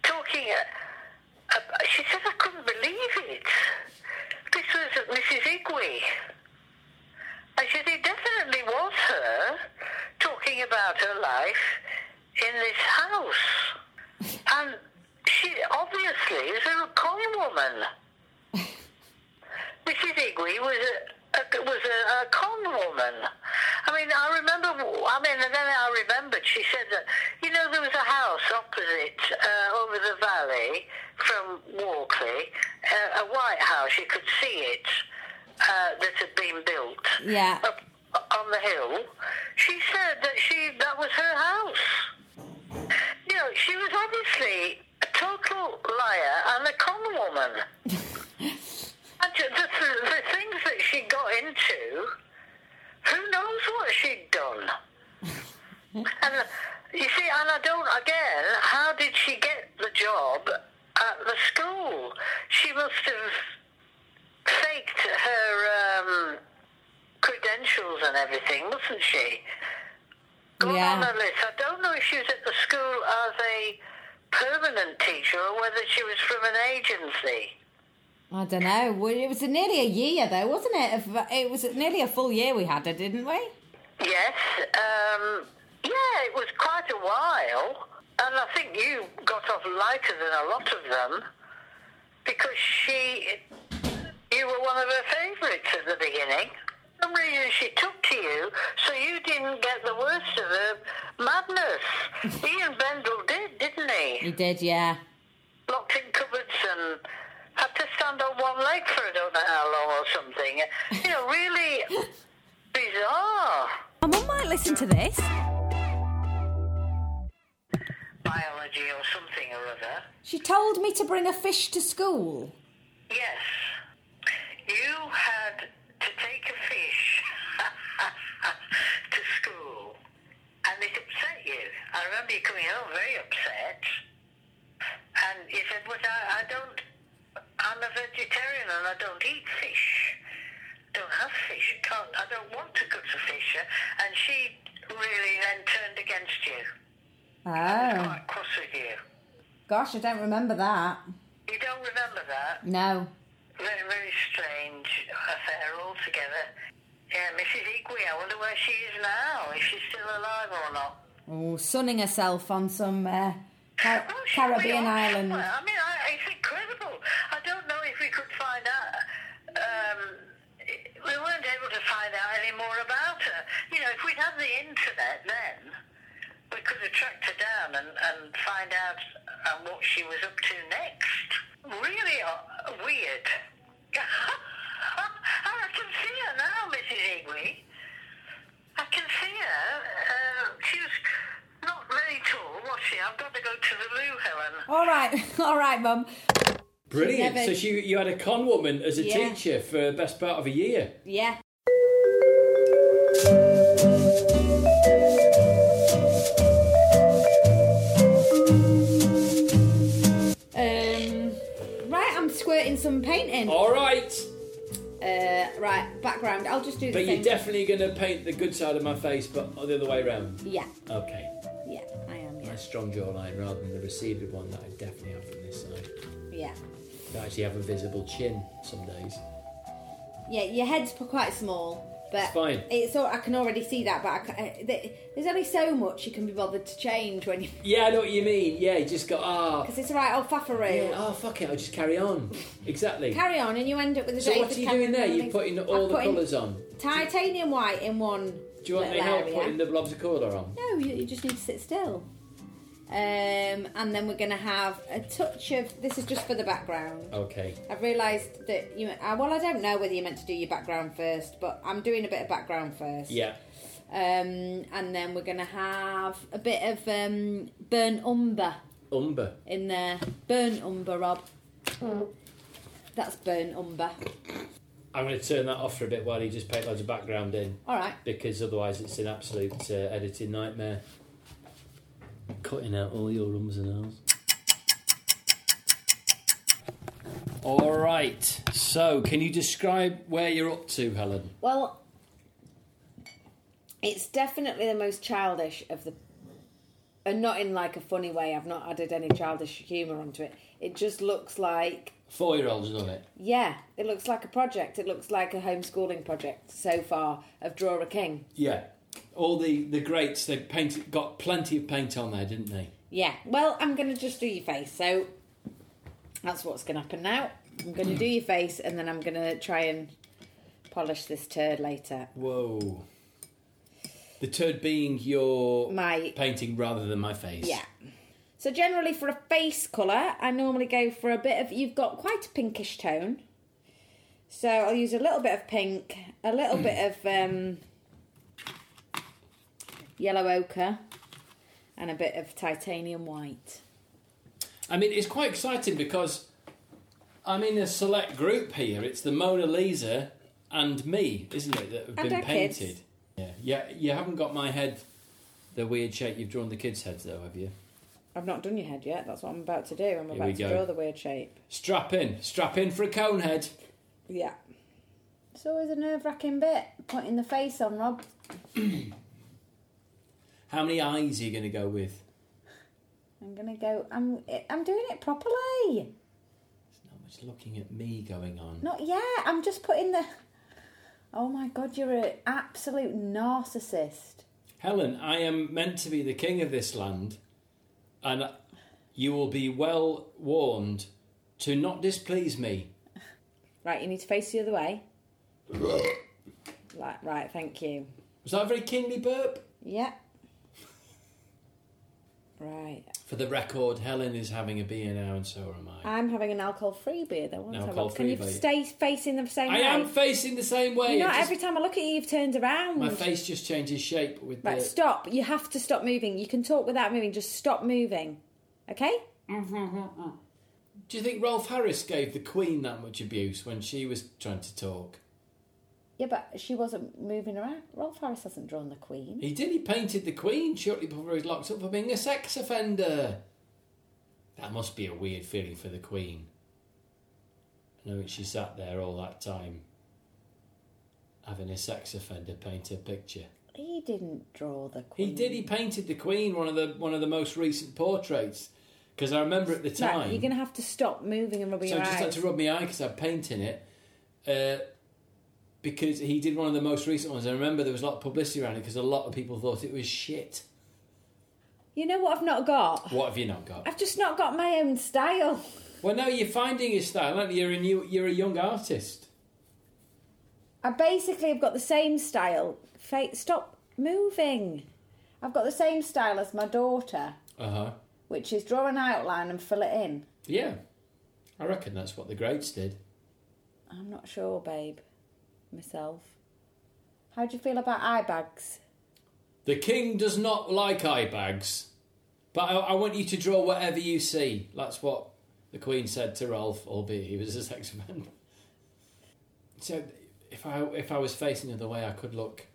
talking. Uh, uh, she said, I couldn't believe it. This was Mrs. Iqui. And she said, it definitely was her talking about her life in this house. And she obviously is a coin woman. Mrs. Igwe was a, a was a, a con woman. I mean, I remember. I mean, and then I remembered. She said that you know there was a house opposite uh, over the valley from Walkley, uh, a white house. You could see it uh, that had been built.
Yeah.
Up on the hill, she said that she that was her house you know, she was obviously a total liar and a con woman. and ju- the, th- the things that she got into, who knows what she'd done? and you see, and I don't, again, how did she get the job at the school? She must have faked her um, credentials and everything, mustn't she? Gone
Yeah.
on a list. I don't know if she was at the school as a permanent teacher or whether she was from an agency.
I don't know. Well, It was nearly a year though, wasn't it? If- It was nearly a full year we had her, didn't we?
Yes. Um, yeah, it was quite a while. And I think you got off lighter than a lot of them because she, you were one of her favourites at the beginning. For some reason she took to you, so you didn't get the worst of her madness. Ian Bendel did, didn't
You
he?
did, yeah.
Locked in cupboards and had to stand on one leg for I don't know how long or something. You know, really bizarre.
My mum might listen to this.
biology or something or other.
She told me to bring a fish to school.
Yes. You had to take a fish to school and it upset you. I remember you coming home very upset and you said, Well, I, I don't, I'm a vegetarian and I don't eat fish. Don't have fish. Can't, I don't want to cook the fish. And she really then turned against you.
Oh,
Quite cross with you.
gosh, I don't remember that.
You don't remember that?
No.
Very, very strange affair altogether. Yeah, Mrs. Igwe, I wonder where she is now, if she's still alive or not.
Oh, sunning herself on some uh, Car-
Well, she'll be
Caribbean
on
island.
somewhere. I mean, I, it's incredible. I don't know if we could find out. Um, we weren't able to find out any more about her. You know, if we'd had the internet then, we could have tracked her down and, and find out uh, what she was up to next. Really uh, weird. I can see her now, Mrs. Igwe. I can see her. Uh, she was not very tall, was she? I've got to go to the loo, Helen.
All right, all right, mum.
Brilliant.
Never-
So she, you had a con woman as a
Yeah.
teacher for the best part of a year.
Yeah. Um. Right, I'm squirting some paint in.
All right.
Uh, right, background. I'll just do the
But
same.
you're definitely going to paint the good side of my face, but the other way round.
yeah,
Okay.
yeah, I am. Yeah,
My strong jawline rather than the receded one that I definitely have from this side.
yeah,
I actually have a visible chin some days.
yeah. Your head's p- quite small.
But
It's fine.
It's all, I can already see that, but I ca- I, th- there's only so much you can be bothered to change when you
Yeah, I know what you mean. Yeah, you just go, ah,
because it's a right old faffaroo.
yeah, oh, fuck it, I'll just carry on. Exactly.
Carry on, and you end up with a
So
day
what
for
are you
Kevin
doing there? You're
Bacon.
putting
I'm
all the
putting
colours on.
Titanium white in one.
Do you want me
little
help
area.
putting the blobs of colour on?
No, you, you just need to sit still. Um, and then we're going to have a touch of. This is just for the background.
Okay.
I've realised that you. uh, Well, I don't know whether you're meant to do your background first, but I'm doing a bit of background first.
Yeah.
Um, and then we're going to have a bit of um, burnt umber
Umber.
in there. Burnt umber, Rob. That's burnt umber.
I'm going to turn that off for a bit while you just paint loads of background in
All right.
because otherwise it's an absolute uh, editing nightmare. Cutting out all your ums and ahs. All right. So, can you describe where you're up to, Helen?
Well, it's definitely the most childish of the, and not in like a funny way. I've not added any childish humour onto it. It just looks like,
Four-year-olds done it.
yeah, it looks like a project. It looks like a homeschooling project so far of Draw a King.
Yeah. All the the greats they painted got plenty of paint on there, didn't they?
Yeah. Well, I'm gonna just do your face. So that's what's gonna happen now. I'm gonna do your face, and then I'm gonna try and polish this turd later.
Whoa. The turd being your
My
painting rather than my face.
Yeah. So generally for a face colour, I normally go for a bit of. You've got quite a pinkish tone, so I'll use a little bit of pink, a little bit of um, yellow ochre, and a bit of titanium white.
I mean, it's quite exciting because I'm in a select group here. It's the Mona Lisa and me, isn't it, that have
And
been
our kids.
painted. Yeah. Yeah, you haven't got my head the weird shape you've drawn the kids' heads though, have you?
I've not done your head yet. That's what I'm about to do. I'm
we
about to
go.
draw the weird shape.
Strap in. Strap in for a cone head.
Yeah. It's always a nerve wracking bit putting the face on, Rob.
How many eyes are you gonna go with?
I'm gonna go. I'm. I'm doing it properly.
There's not much looking at me going on.
Not yet. I'm just putting the. Oh my god, you're an absolute narcissist.
Helen, I am meant to be the king of this land, and you will be well warned to not displease me.
Right, you need to face the other way. like, right, thank you.
Was that a very kingly burp?
Yeah. Right.
For the record, Helen is having a beer now, and so am I.
I'm having an alcohol free beer though, aren't I? Rob? Can
Alcohol-free
you
beer.
stay facing the same
I
way?
am facing the same way.
you know,
it just-
every time I look at you, you've turned around.
my face just changes shape with
Right,
the.
stop. You have to stop moving. You can talk without moving. Just stop moving. Okay?
Do you think Rolf Harris gave the Queen that much abuse when she was trying to talk?
Yeah, but she wasn't moving around. Rolf Harris hasn't drawn the Queen.
He did. He painted the Queen shortly before he was locked up for being a sex offender. That must be a weird feeling for the Queen. Knowing she sat there all that time, having a sex offender paint her picture.
He didn't draw the Queen.
He did. He painted the Queen one of the one of the most recent portraits because I remember at the
Right,
time.
you're going to have to stop moving and rubbing
so I
your
just had
eyes.
to rub my eye because I'm painting it. Uh, because he did one of the most recent ones. I remember there was a lot of publicity around it because a lot of people thought it was shit.
You know what I've not got?
What have you not got?
I've just not got my own style.
Well, no, you're finding your style, aren't you? You're a new, you're a young artist.
I basically have got the same style. Fa stop moving. I've got the same style as my daughter,
Uh huh.
which is draw an outline and fill it in.
Yeah, I reckon that's what the greats did.
I'm not sure, babe. Myself. How do you feel about eye bags?
The king does not like eye bags, but I, I want you to draw whatever you see. That's what the queen said to Rolf, albeit he was a sex man. So, if I if I was facing the other way, I could look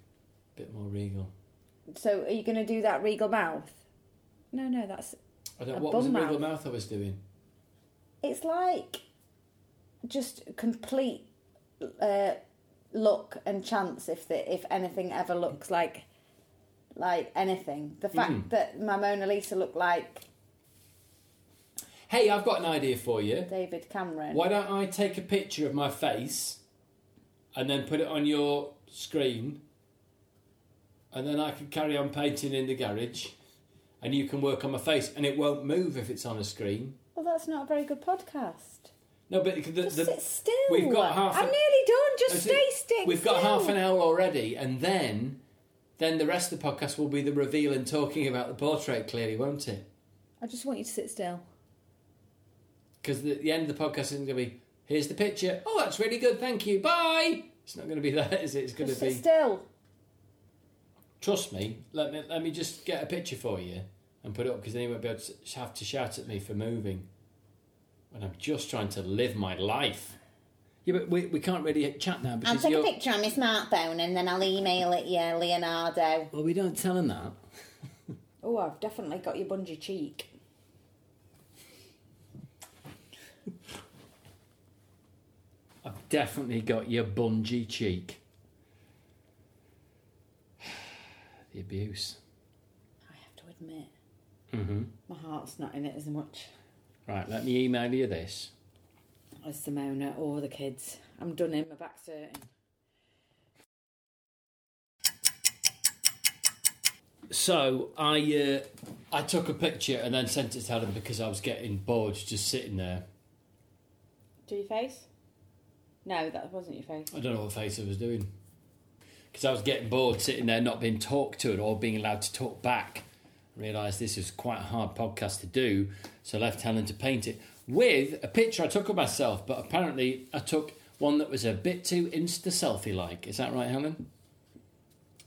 a bit more regal.
So, are you going to do that regal mouth? No, no, that's.
I don't.
A
what was the
bum
regal
mouth.
mouth I was doing?
It's like just complete uh, luck and chance if the, if anything ever looks like like anything. The fact
Hmm.
that my Mona Lisa looked like
Hey, I've got an idea for you.
David Cameron.
Why don't I take a picture of my face and then put it on your screen, and then I can carry on painting in the garage, and you can work on my face, and it won't move if it's on a screen.
Well, that's not a very good podcast.
No, but the,
Just
the,
sit still.
We've got half.
I'm
an-
nearly done. Just
That's it.
stay stick.
We've got
still.
half an hour already, and then, then the rest of the podcast will be the reveal and talking about the portrait. Clearly, won't it?
I just want you to sit still.
Because the, the end of the podcast isn't going to be here's the picture. Oh, that's really good. Thank you. Bye. It's not going to be that, is it? It's going
Just
to be.
sit still.
Trust me. Let me let me just get a picture for you and put it up because then you won't be able to s- have to shout at me for moving. When I'm just trying to live my life. Yeah, but we, we can't really chat now because you're.
picture on my smartphone and then I'll email it you, Leonardo.
Well, we don't tell them that.
Oh, I've definitely got your bungee cheek.
I've definitely got your bungee cheek. The abuse.
I have to admit.
Mm-hmm.
My heart's not in it as much
Right, let me email you this.
as Simona or the kids. I'm done in my back's hurting.
So I uh, I took a picture and then sent it to Helen because I was getting bored just sitting there.
Do your face? No, that wasn't your face.
I don't know what face I was doing because I was getting bored sitting there not being talked to at all, being allowed to talk back. I realised this was quite a hard podcast to do, so I left Helen to paint it with a picture I took of myself. But apparently, I took one that was a bit too Insta selfie like. Is that right, Helen?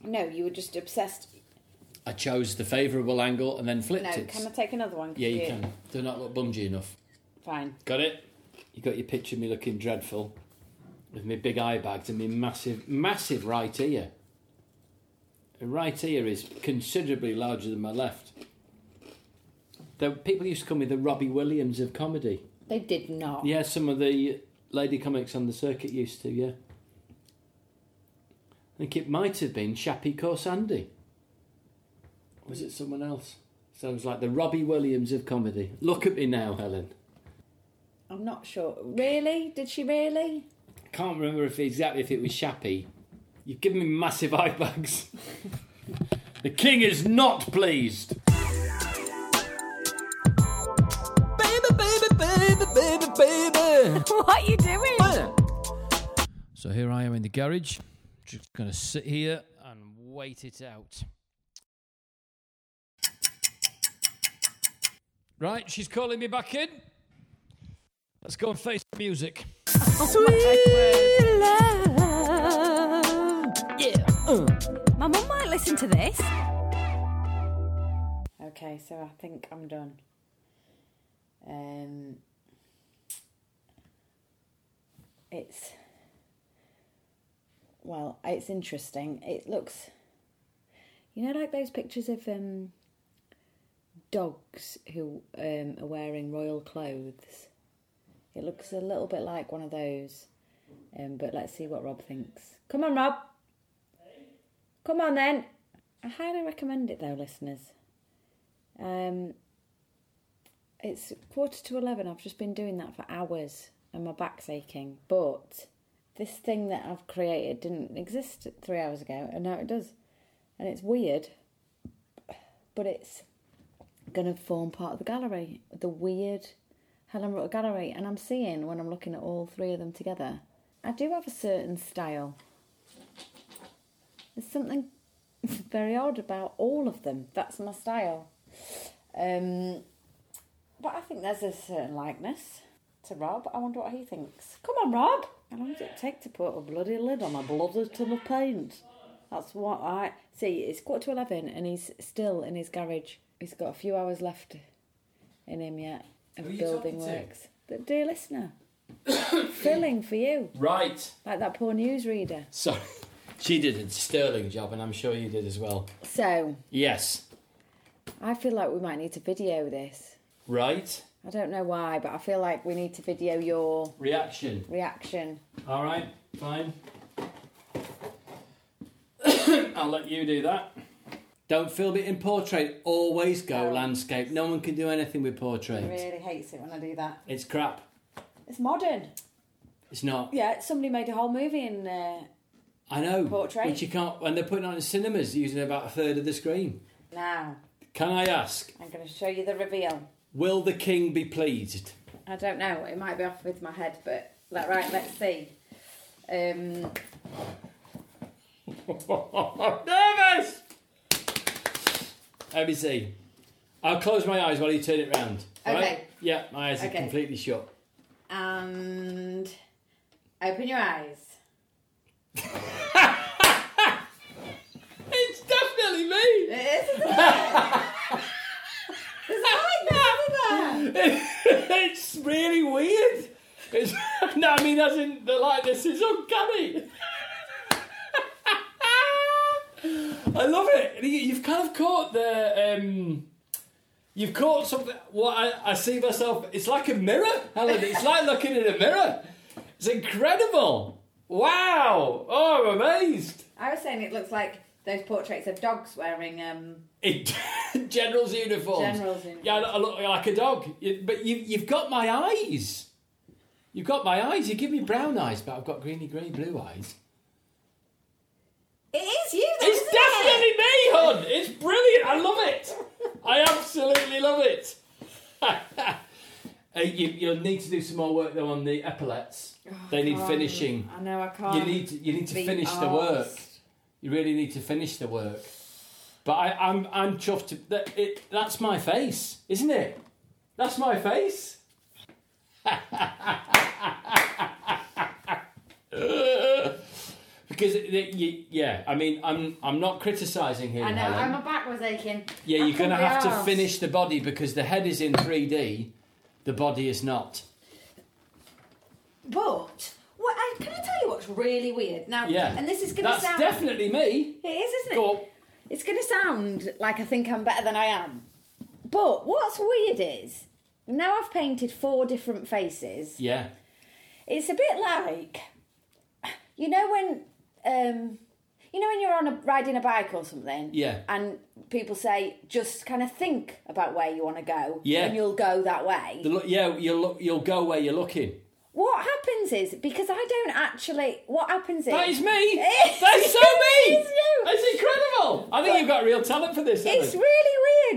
No, you were just obsessed.
I chose the favourable angle and then flipped
No,
it.
can I take another one? 'Cause
yeah, you can. Do not look bungee enough.
Fine.
Got it? You got your picture of me looking dreadful with my big eye bags and my massive, massive right ear. The right ear is considerably larger than my left. The, people used to call me the Robbie Williams of comedy.
They did not.
Yeah, some of the uh, lady comics on the circuit used to, yeah. I think it might have been Shappy Corsandi. Or Was it someone else? Sounds like the Robbie Williams of comedy. Look at me now, Helen.
I'm not sure. Really? Did she really?
I can't remember if exactly if it was Shappy. You've given me massive eye bags. the king is not pleased.
Baby, baby, baby, baby, baby.
What are you doing?
So here I am in the garage. Just going to sit here and wait it out. Right, she's calling me back in. Let's go and face the music.
Sweet
Yeah. Uh.
My mum might listen to this.
Okay, so I think I'm done. Um, it's well, it's interesting. It looks, you know, like those pictures of um, dogs who um, are wearing royal clothes. It looks a little bit like one of those. Um, but let's see what Rob thinks. Come on, Rob. Come on then. I highly recommend it though, listeners. Um, it's quarter to 11. I've just been doing that for hours and my back's aching. But this thing that I've created didn't exist three hours ago and now it does. And it's weird, but it's going to form part of the gallery. The weird Helen Rutter gallery. And I'm seeing when I'm looking at all three of them together, I do have a certain style. There's something very odd about all of them. That's my style. Um, but I think there's a certain likeness to Rob. I wonder what he thinks. Come on, Rob. How long does it take to put a bloody lid on a bloody tub of paint? That's what I see. It's quarter to eleven, and he's still in his garage. He's got a few hours left in him yet of
Who are you
building
talking to?
works. The dear listener, filling for you,
Right.
like that poor newsreader.
Sorry. She did a sterling job, and I'm sure you did as well.
So
Yes.
I feel like we might need to video this.
Right.
I don't know why, but I feel like we need to video your
Reaction.
reaction.
All right. Fine. I'll let you do that. Don't film it in portrait. Always go landscape. No one can do anything with portrait.
Really hates it when I do that.
It's crap.
It's modern.
It's not.
Yeah, somebody made a whole movie in uh,
I know.
Portrait.
Which you can't, and they're putting it on in cinemas using about a third of the screen.
Now,
Can I ask,
I'm going to show you the reveal.
will the king be pleased?
I don't know. It might be off with my head, but like, right, let's see. Um,
Nervous! Let me see. I'll close my eyes while you turn it round. all
Okay.
right? Yeah, my eyes are
Okay.
completely shut.
and open your eyes.
It's definitely me!
It is. Isn't it? There's a likeness, isn't
it's really weird. It's, no, I mean, as in the likeness is uncanny. I love it. You- You've kind of caught the. Um, you've caught something. What I, I see myself. It's like a mirror, Helen. It's like looking in a mirror. It's incredible. Wow. Oh, I'm amazed.
there? I was saying it looks like those portraits of dogs wearing. Um,
It, general's uniforms.
General's uniforms.
Yeah, I look- I look like a dog. You- But you, you've got my eyes. You've got my eyes. You give me brown eyes, but I've got greeny grey blue eyes.
it is you. Though,
It's
isn't
definitely
it?
me, hon. It's brilliant. I love it. I absolutely love it. Uh, you, you'll need to do some more work though on the epaulets. they need
Um,
finishing.
I know I can't.
You need to, you need to
be
finish the work.
arsed.
You really need to finish the work. But I, I'm I'm chuffed. To, that, it, that's my face, isn't it? That's my face. because it, it- you, yeah, I mean, I'm I'm not criticising here.
I know.
Helen.
I'm, my back was aching.
yeah,
I
you're gonna
couldn't be
have to
arsed.
finish the body because the head is in 3D, the body is not.
But what, I, can I tell you what's really weird now?
Yeah,
And this is gonna
that's
sound.
definitely me.
it is, isn't it?
Go on.
It's gonna sound like I think I'm better than I am. But what's weird is now I've painted four different faces.
Yeah,
It's a bit like, you know when, um, you know when you're on a riding a bike or something.
Yeah.
And people say just kind of think about where you want to go.
Yeah.
And you'll go that way.
the, look- yeah, you'll look, you'll go where you're looking.
what happens is because I don't actually. What happens is
That is me.
It is.
That's so me.
It is you.
That's incredible. I think you've got real talent for this.
It's
Ellen.
really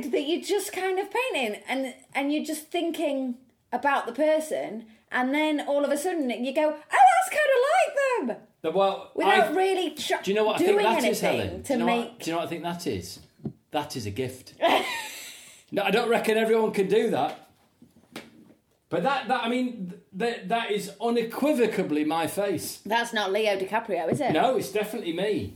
weird that you're just kind of painting and and you're just thinking about the person, and then all of a sudden you go, "Oh, that's kind of like them,"
The- well,
without
I-
really tr-
do you know what I
doing
think that
anything
is, Helen?
to
do, you know
make.
what, do you know what I think that is? That is a gift. no, I don't reckon everyone can do that. But that, that I mean, th- that, that is unequivocally my face.
That's not Leo DiCaprio, is it?
No, it's definitely me.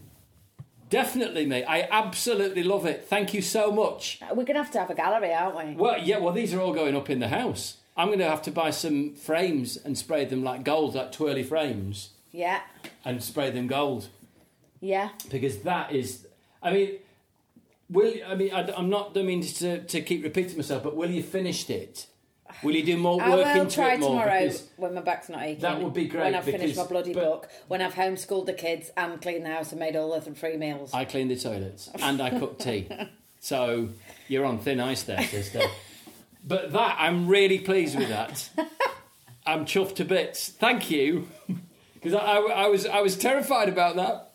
Definitely me. I absolutely love it. Thank you so much.
We're gonna have to have a gallery, aren't we?
Well, yeah, well, these are all going up in the house. I'm going to have to buy some frames and spray them like gold, like twirly frames,
Yeah,
and spray them gold
yeah.
because that is. I mean, will I mean I, am not. I mean to to keep repeating myself, but will you finish it? Will you do more
I
work
will
into
try
it more?
tomorrow
Because-
when my back's not aching.
That would be great
When I've finished my
because-
bloody
but-
book, when I've homeschooled the kids and cleaned the house and made all the free meals.
I clean the toilets and I cook tea. so you're on thin ice there, sister. but that, I'm really pleased with that. I'm chuffed to bits. Thank you. Because I, I- I was, I was terrified about that.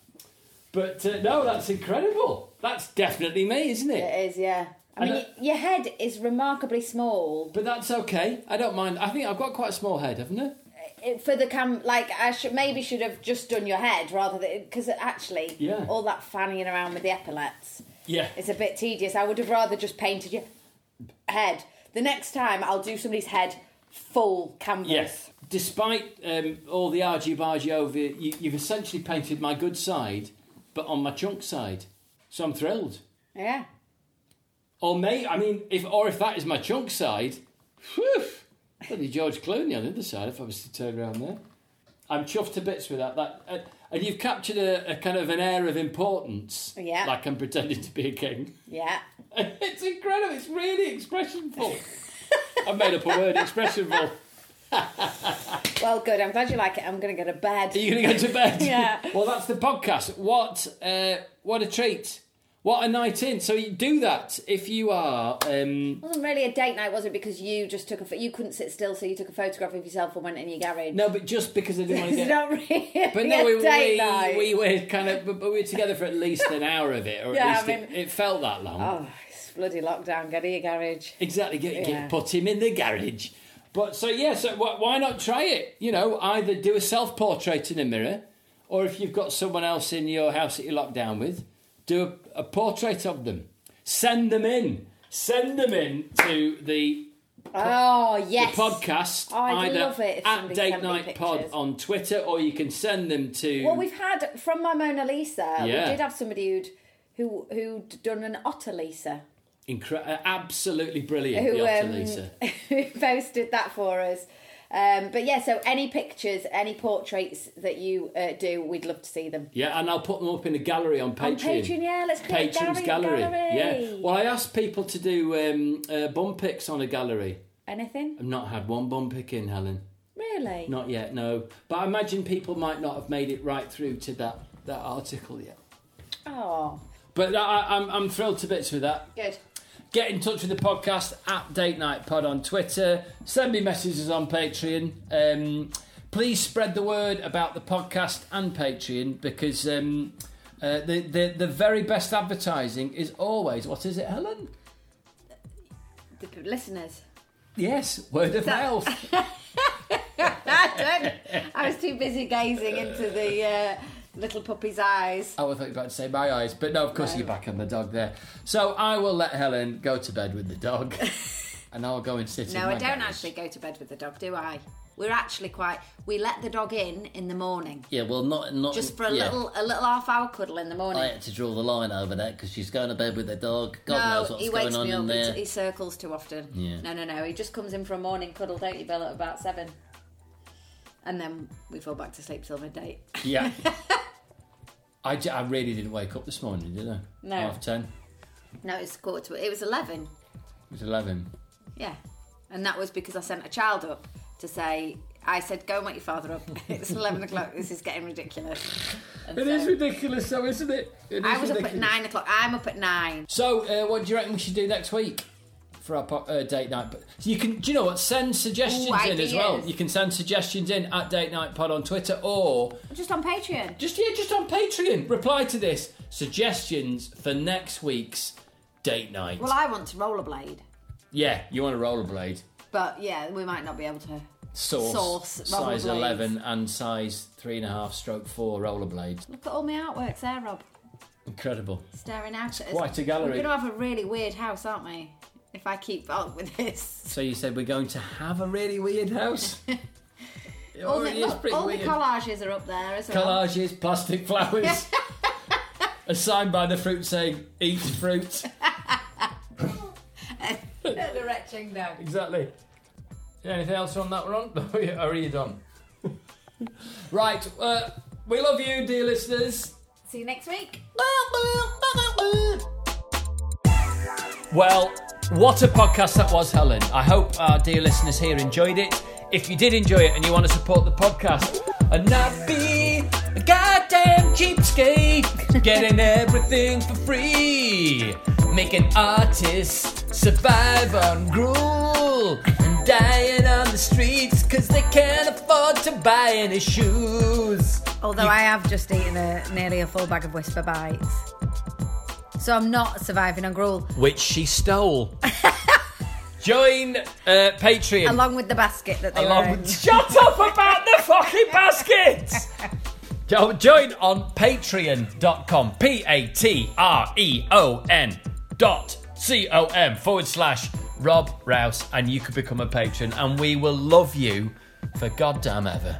But uh, no, that's incredible. That's definitely me, isn't it?
It is, yeah. I
And
mean,
I-
y- your head is remarkably small.
But that's okay. I don't mind. I think I've got quite a small head, haven't I?
It- for the cam like i should maybe should have just done your head rather than because actually
Yeah.
all that fannying around with the epaulets
Yeah.
it's a bit tedious i would have rather just painted your head the next time i'll do somebody's head full canvas
Yes. Despite um, all the argy bargy over, you, you've essentially painted my good side, but on my chunk side. So I'm thrilled.
yeah
Or may I mean if or if that is my chunk side, whew, bloody George Clooney on the other side. If I was to turn around there, I'm chuffed to bits with that. That uh, and you've captured a, a kind of an air of importance.
Yeah.
like I'm pretending to be a king.
yeah
It's incredible. It's really expressionful. I made up a word, expressionful.
well good i'm glad you like it i'm gonna go to bed
Are you going to go to bed?
Yeah.
well, that's the podcast. What uh, what a treat. What a night in! So you do that if you are. Um,
wasn't really a date night, was it? Because you just took a pho- you couldn't sit still, so you took a photograph of yourself and went in your garage.
no, but just because I didn't want to
it's
get.
not really.
But no, we,
a date night.
we, we were kind of, but but we were together for at least an hour of it, or
Yeah, I
at least it,
mean-
it felt that long.
Oh, it's bloody lockdown. Get in your garage.
Exactly, get, get-
Yeah.
put him in the garage. But so yeah, so wh- why not try it? You know, either do a self portrait in a mirror, or if you've got someone else in your house that you're locked down with, do a, a portrait of them. Send them in. Send them in to the
Oh
the
yes.
podcast
Oh, I'd
either
love it if
at
somebody
Date
sent me
Night Pod
pictures.
on Twitter, or you can send them to.
Well, we've had from my Mona Lisa.
Yeah.
We did have somebody who'd who who'd done an Otter Lisa.
Incre- uh, absolutely brilliant,
who
the Otter
um,
Lisa.
who posted that for us. Um, but yeah, so any pictures, any portraits that you uh, do, we'd love to see them.
Yeah, and I'll put them up in a gallery on Patreon.
On Patreon, yeah, let's create a
Patrons gallery.
gallery.
Yeah. Well, I asked people to do um, uh, bum picks on a gallery.
Anything?
I've not had one bum pick in, Helen.
Really?
Um, Not yet, no. But I imagine people might not have made it right through to that, that article yet.
Oh,
But I, I'm, I'm thrilled to bits with that.
good.
Get in touch with the podcast at Date Night Pod on Twitter. Send me messages on Patreon. Um, please spread the word about the podcast and Patreon because um, uh, the, the the very best advertising is always what is it, Helen?
The p- listeners.
Yes, word of mouth.
I don't. I was too busy gazing into the uh, little puppy's eyes.
Oh, I thought you were about to say my eyes, but no, of course you're back on the dog there. So I will let Helen go to bed with the dog, and I'll go and sit. in
No, I
my
don't
garage.
actually go to bed with the dog, do I? We're actually quite. We let the dog in in the morning,
Yeah, well, not not
just for a
yeah.
little, a little half hour cuddle in the morning.
I had to draw the line over that because she's going to bed with the dog. God knows what's
he
going
wakes
on
me
in
up.
there.
He, he circles too often.
Yeah.
No, no, no. He just comes in for a morning cuddle, don't you, Bill, at about seven. And then we fall back to sleep till midday.
Yeah. I, j- I really didn't wake up this morning, did I?
No.
Half ten. It
No, it's quarter to. It was eleven.
was eleven.
Yeah. And that was because I sent a child up to say. I said, "Go and wake your father up. It's eleven o'clock. This is getting ridiculous." And
It
so-
is ridiculous, though, isn't it? It is
I was up
ridiculous.
at nine o'clock. I'm up at nine.
So, uh, what do you reckon we should do next week for our po- uh, date night? But so you can, do you know what? Send suggestions
Ooh,
in as well.
ideas.
You can send suggestions in at Date Night Pod on Twitter or
Just on Patreon.
just yeah, just on Patreon. Reply to this suggestions for next week's date night.
Well, I want to rollerblade,
yeah, you want a rollerblade?
but yeah, we might not be able to.
Source,
Source,
size
rollerblades.
11 and size 3.5 stroke 4 rollerblades.
Look at all my artworks there, Rob.
Incredible.
staring out at us.
quite a gallery.
We're going to have a really weird house, aren't we? If I keep up with this.
So you said we're going to have a really weird house? It
All,
already
the,
is
look,
pretty
all the
weird.
collages are up there as well.
Collages, plastic flowers. a sign by the fruit saying, eat fruit.
the retching dog.
exactly. Anything else on that run? or are you done? right. Uh, we love you, dear listeners.
See you next week.
Well, what a podcast that was, Helen. I hope our dear listeners here enjoyed it. If you did enjoy it and you want to support the podcast and not be a goddamn cheapskate, getting everything for free, making artists survive on gruel and dying on the streets because they can't afford to buy any shoes.
Although I have just eaten a, nearly a full bag of Whisper Bites. So I'm not surviving on gruel,
which she stole. Join uh, Patreon
along with the basket that they
along
were
with- Shut up about the fucking baskets! Jo- Join on patreon.com, P A T R E O N dot C O M forward slash Rob Rouse, and you can become a patron, and we will love you for goddamn ever.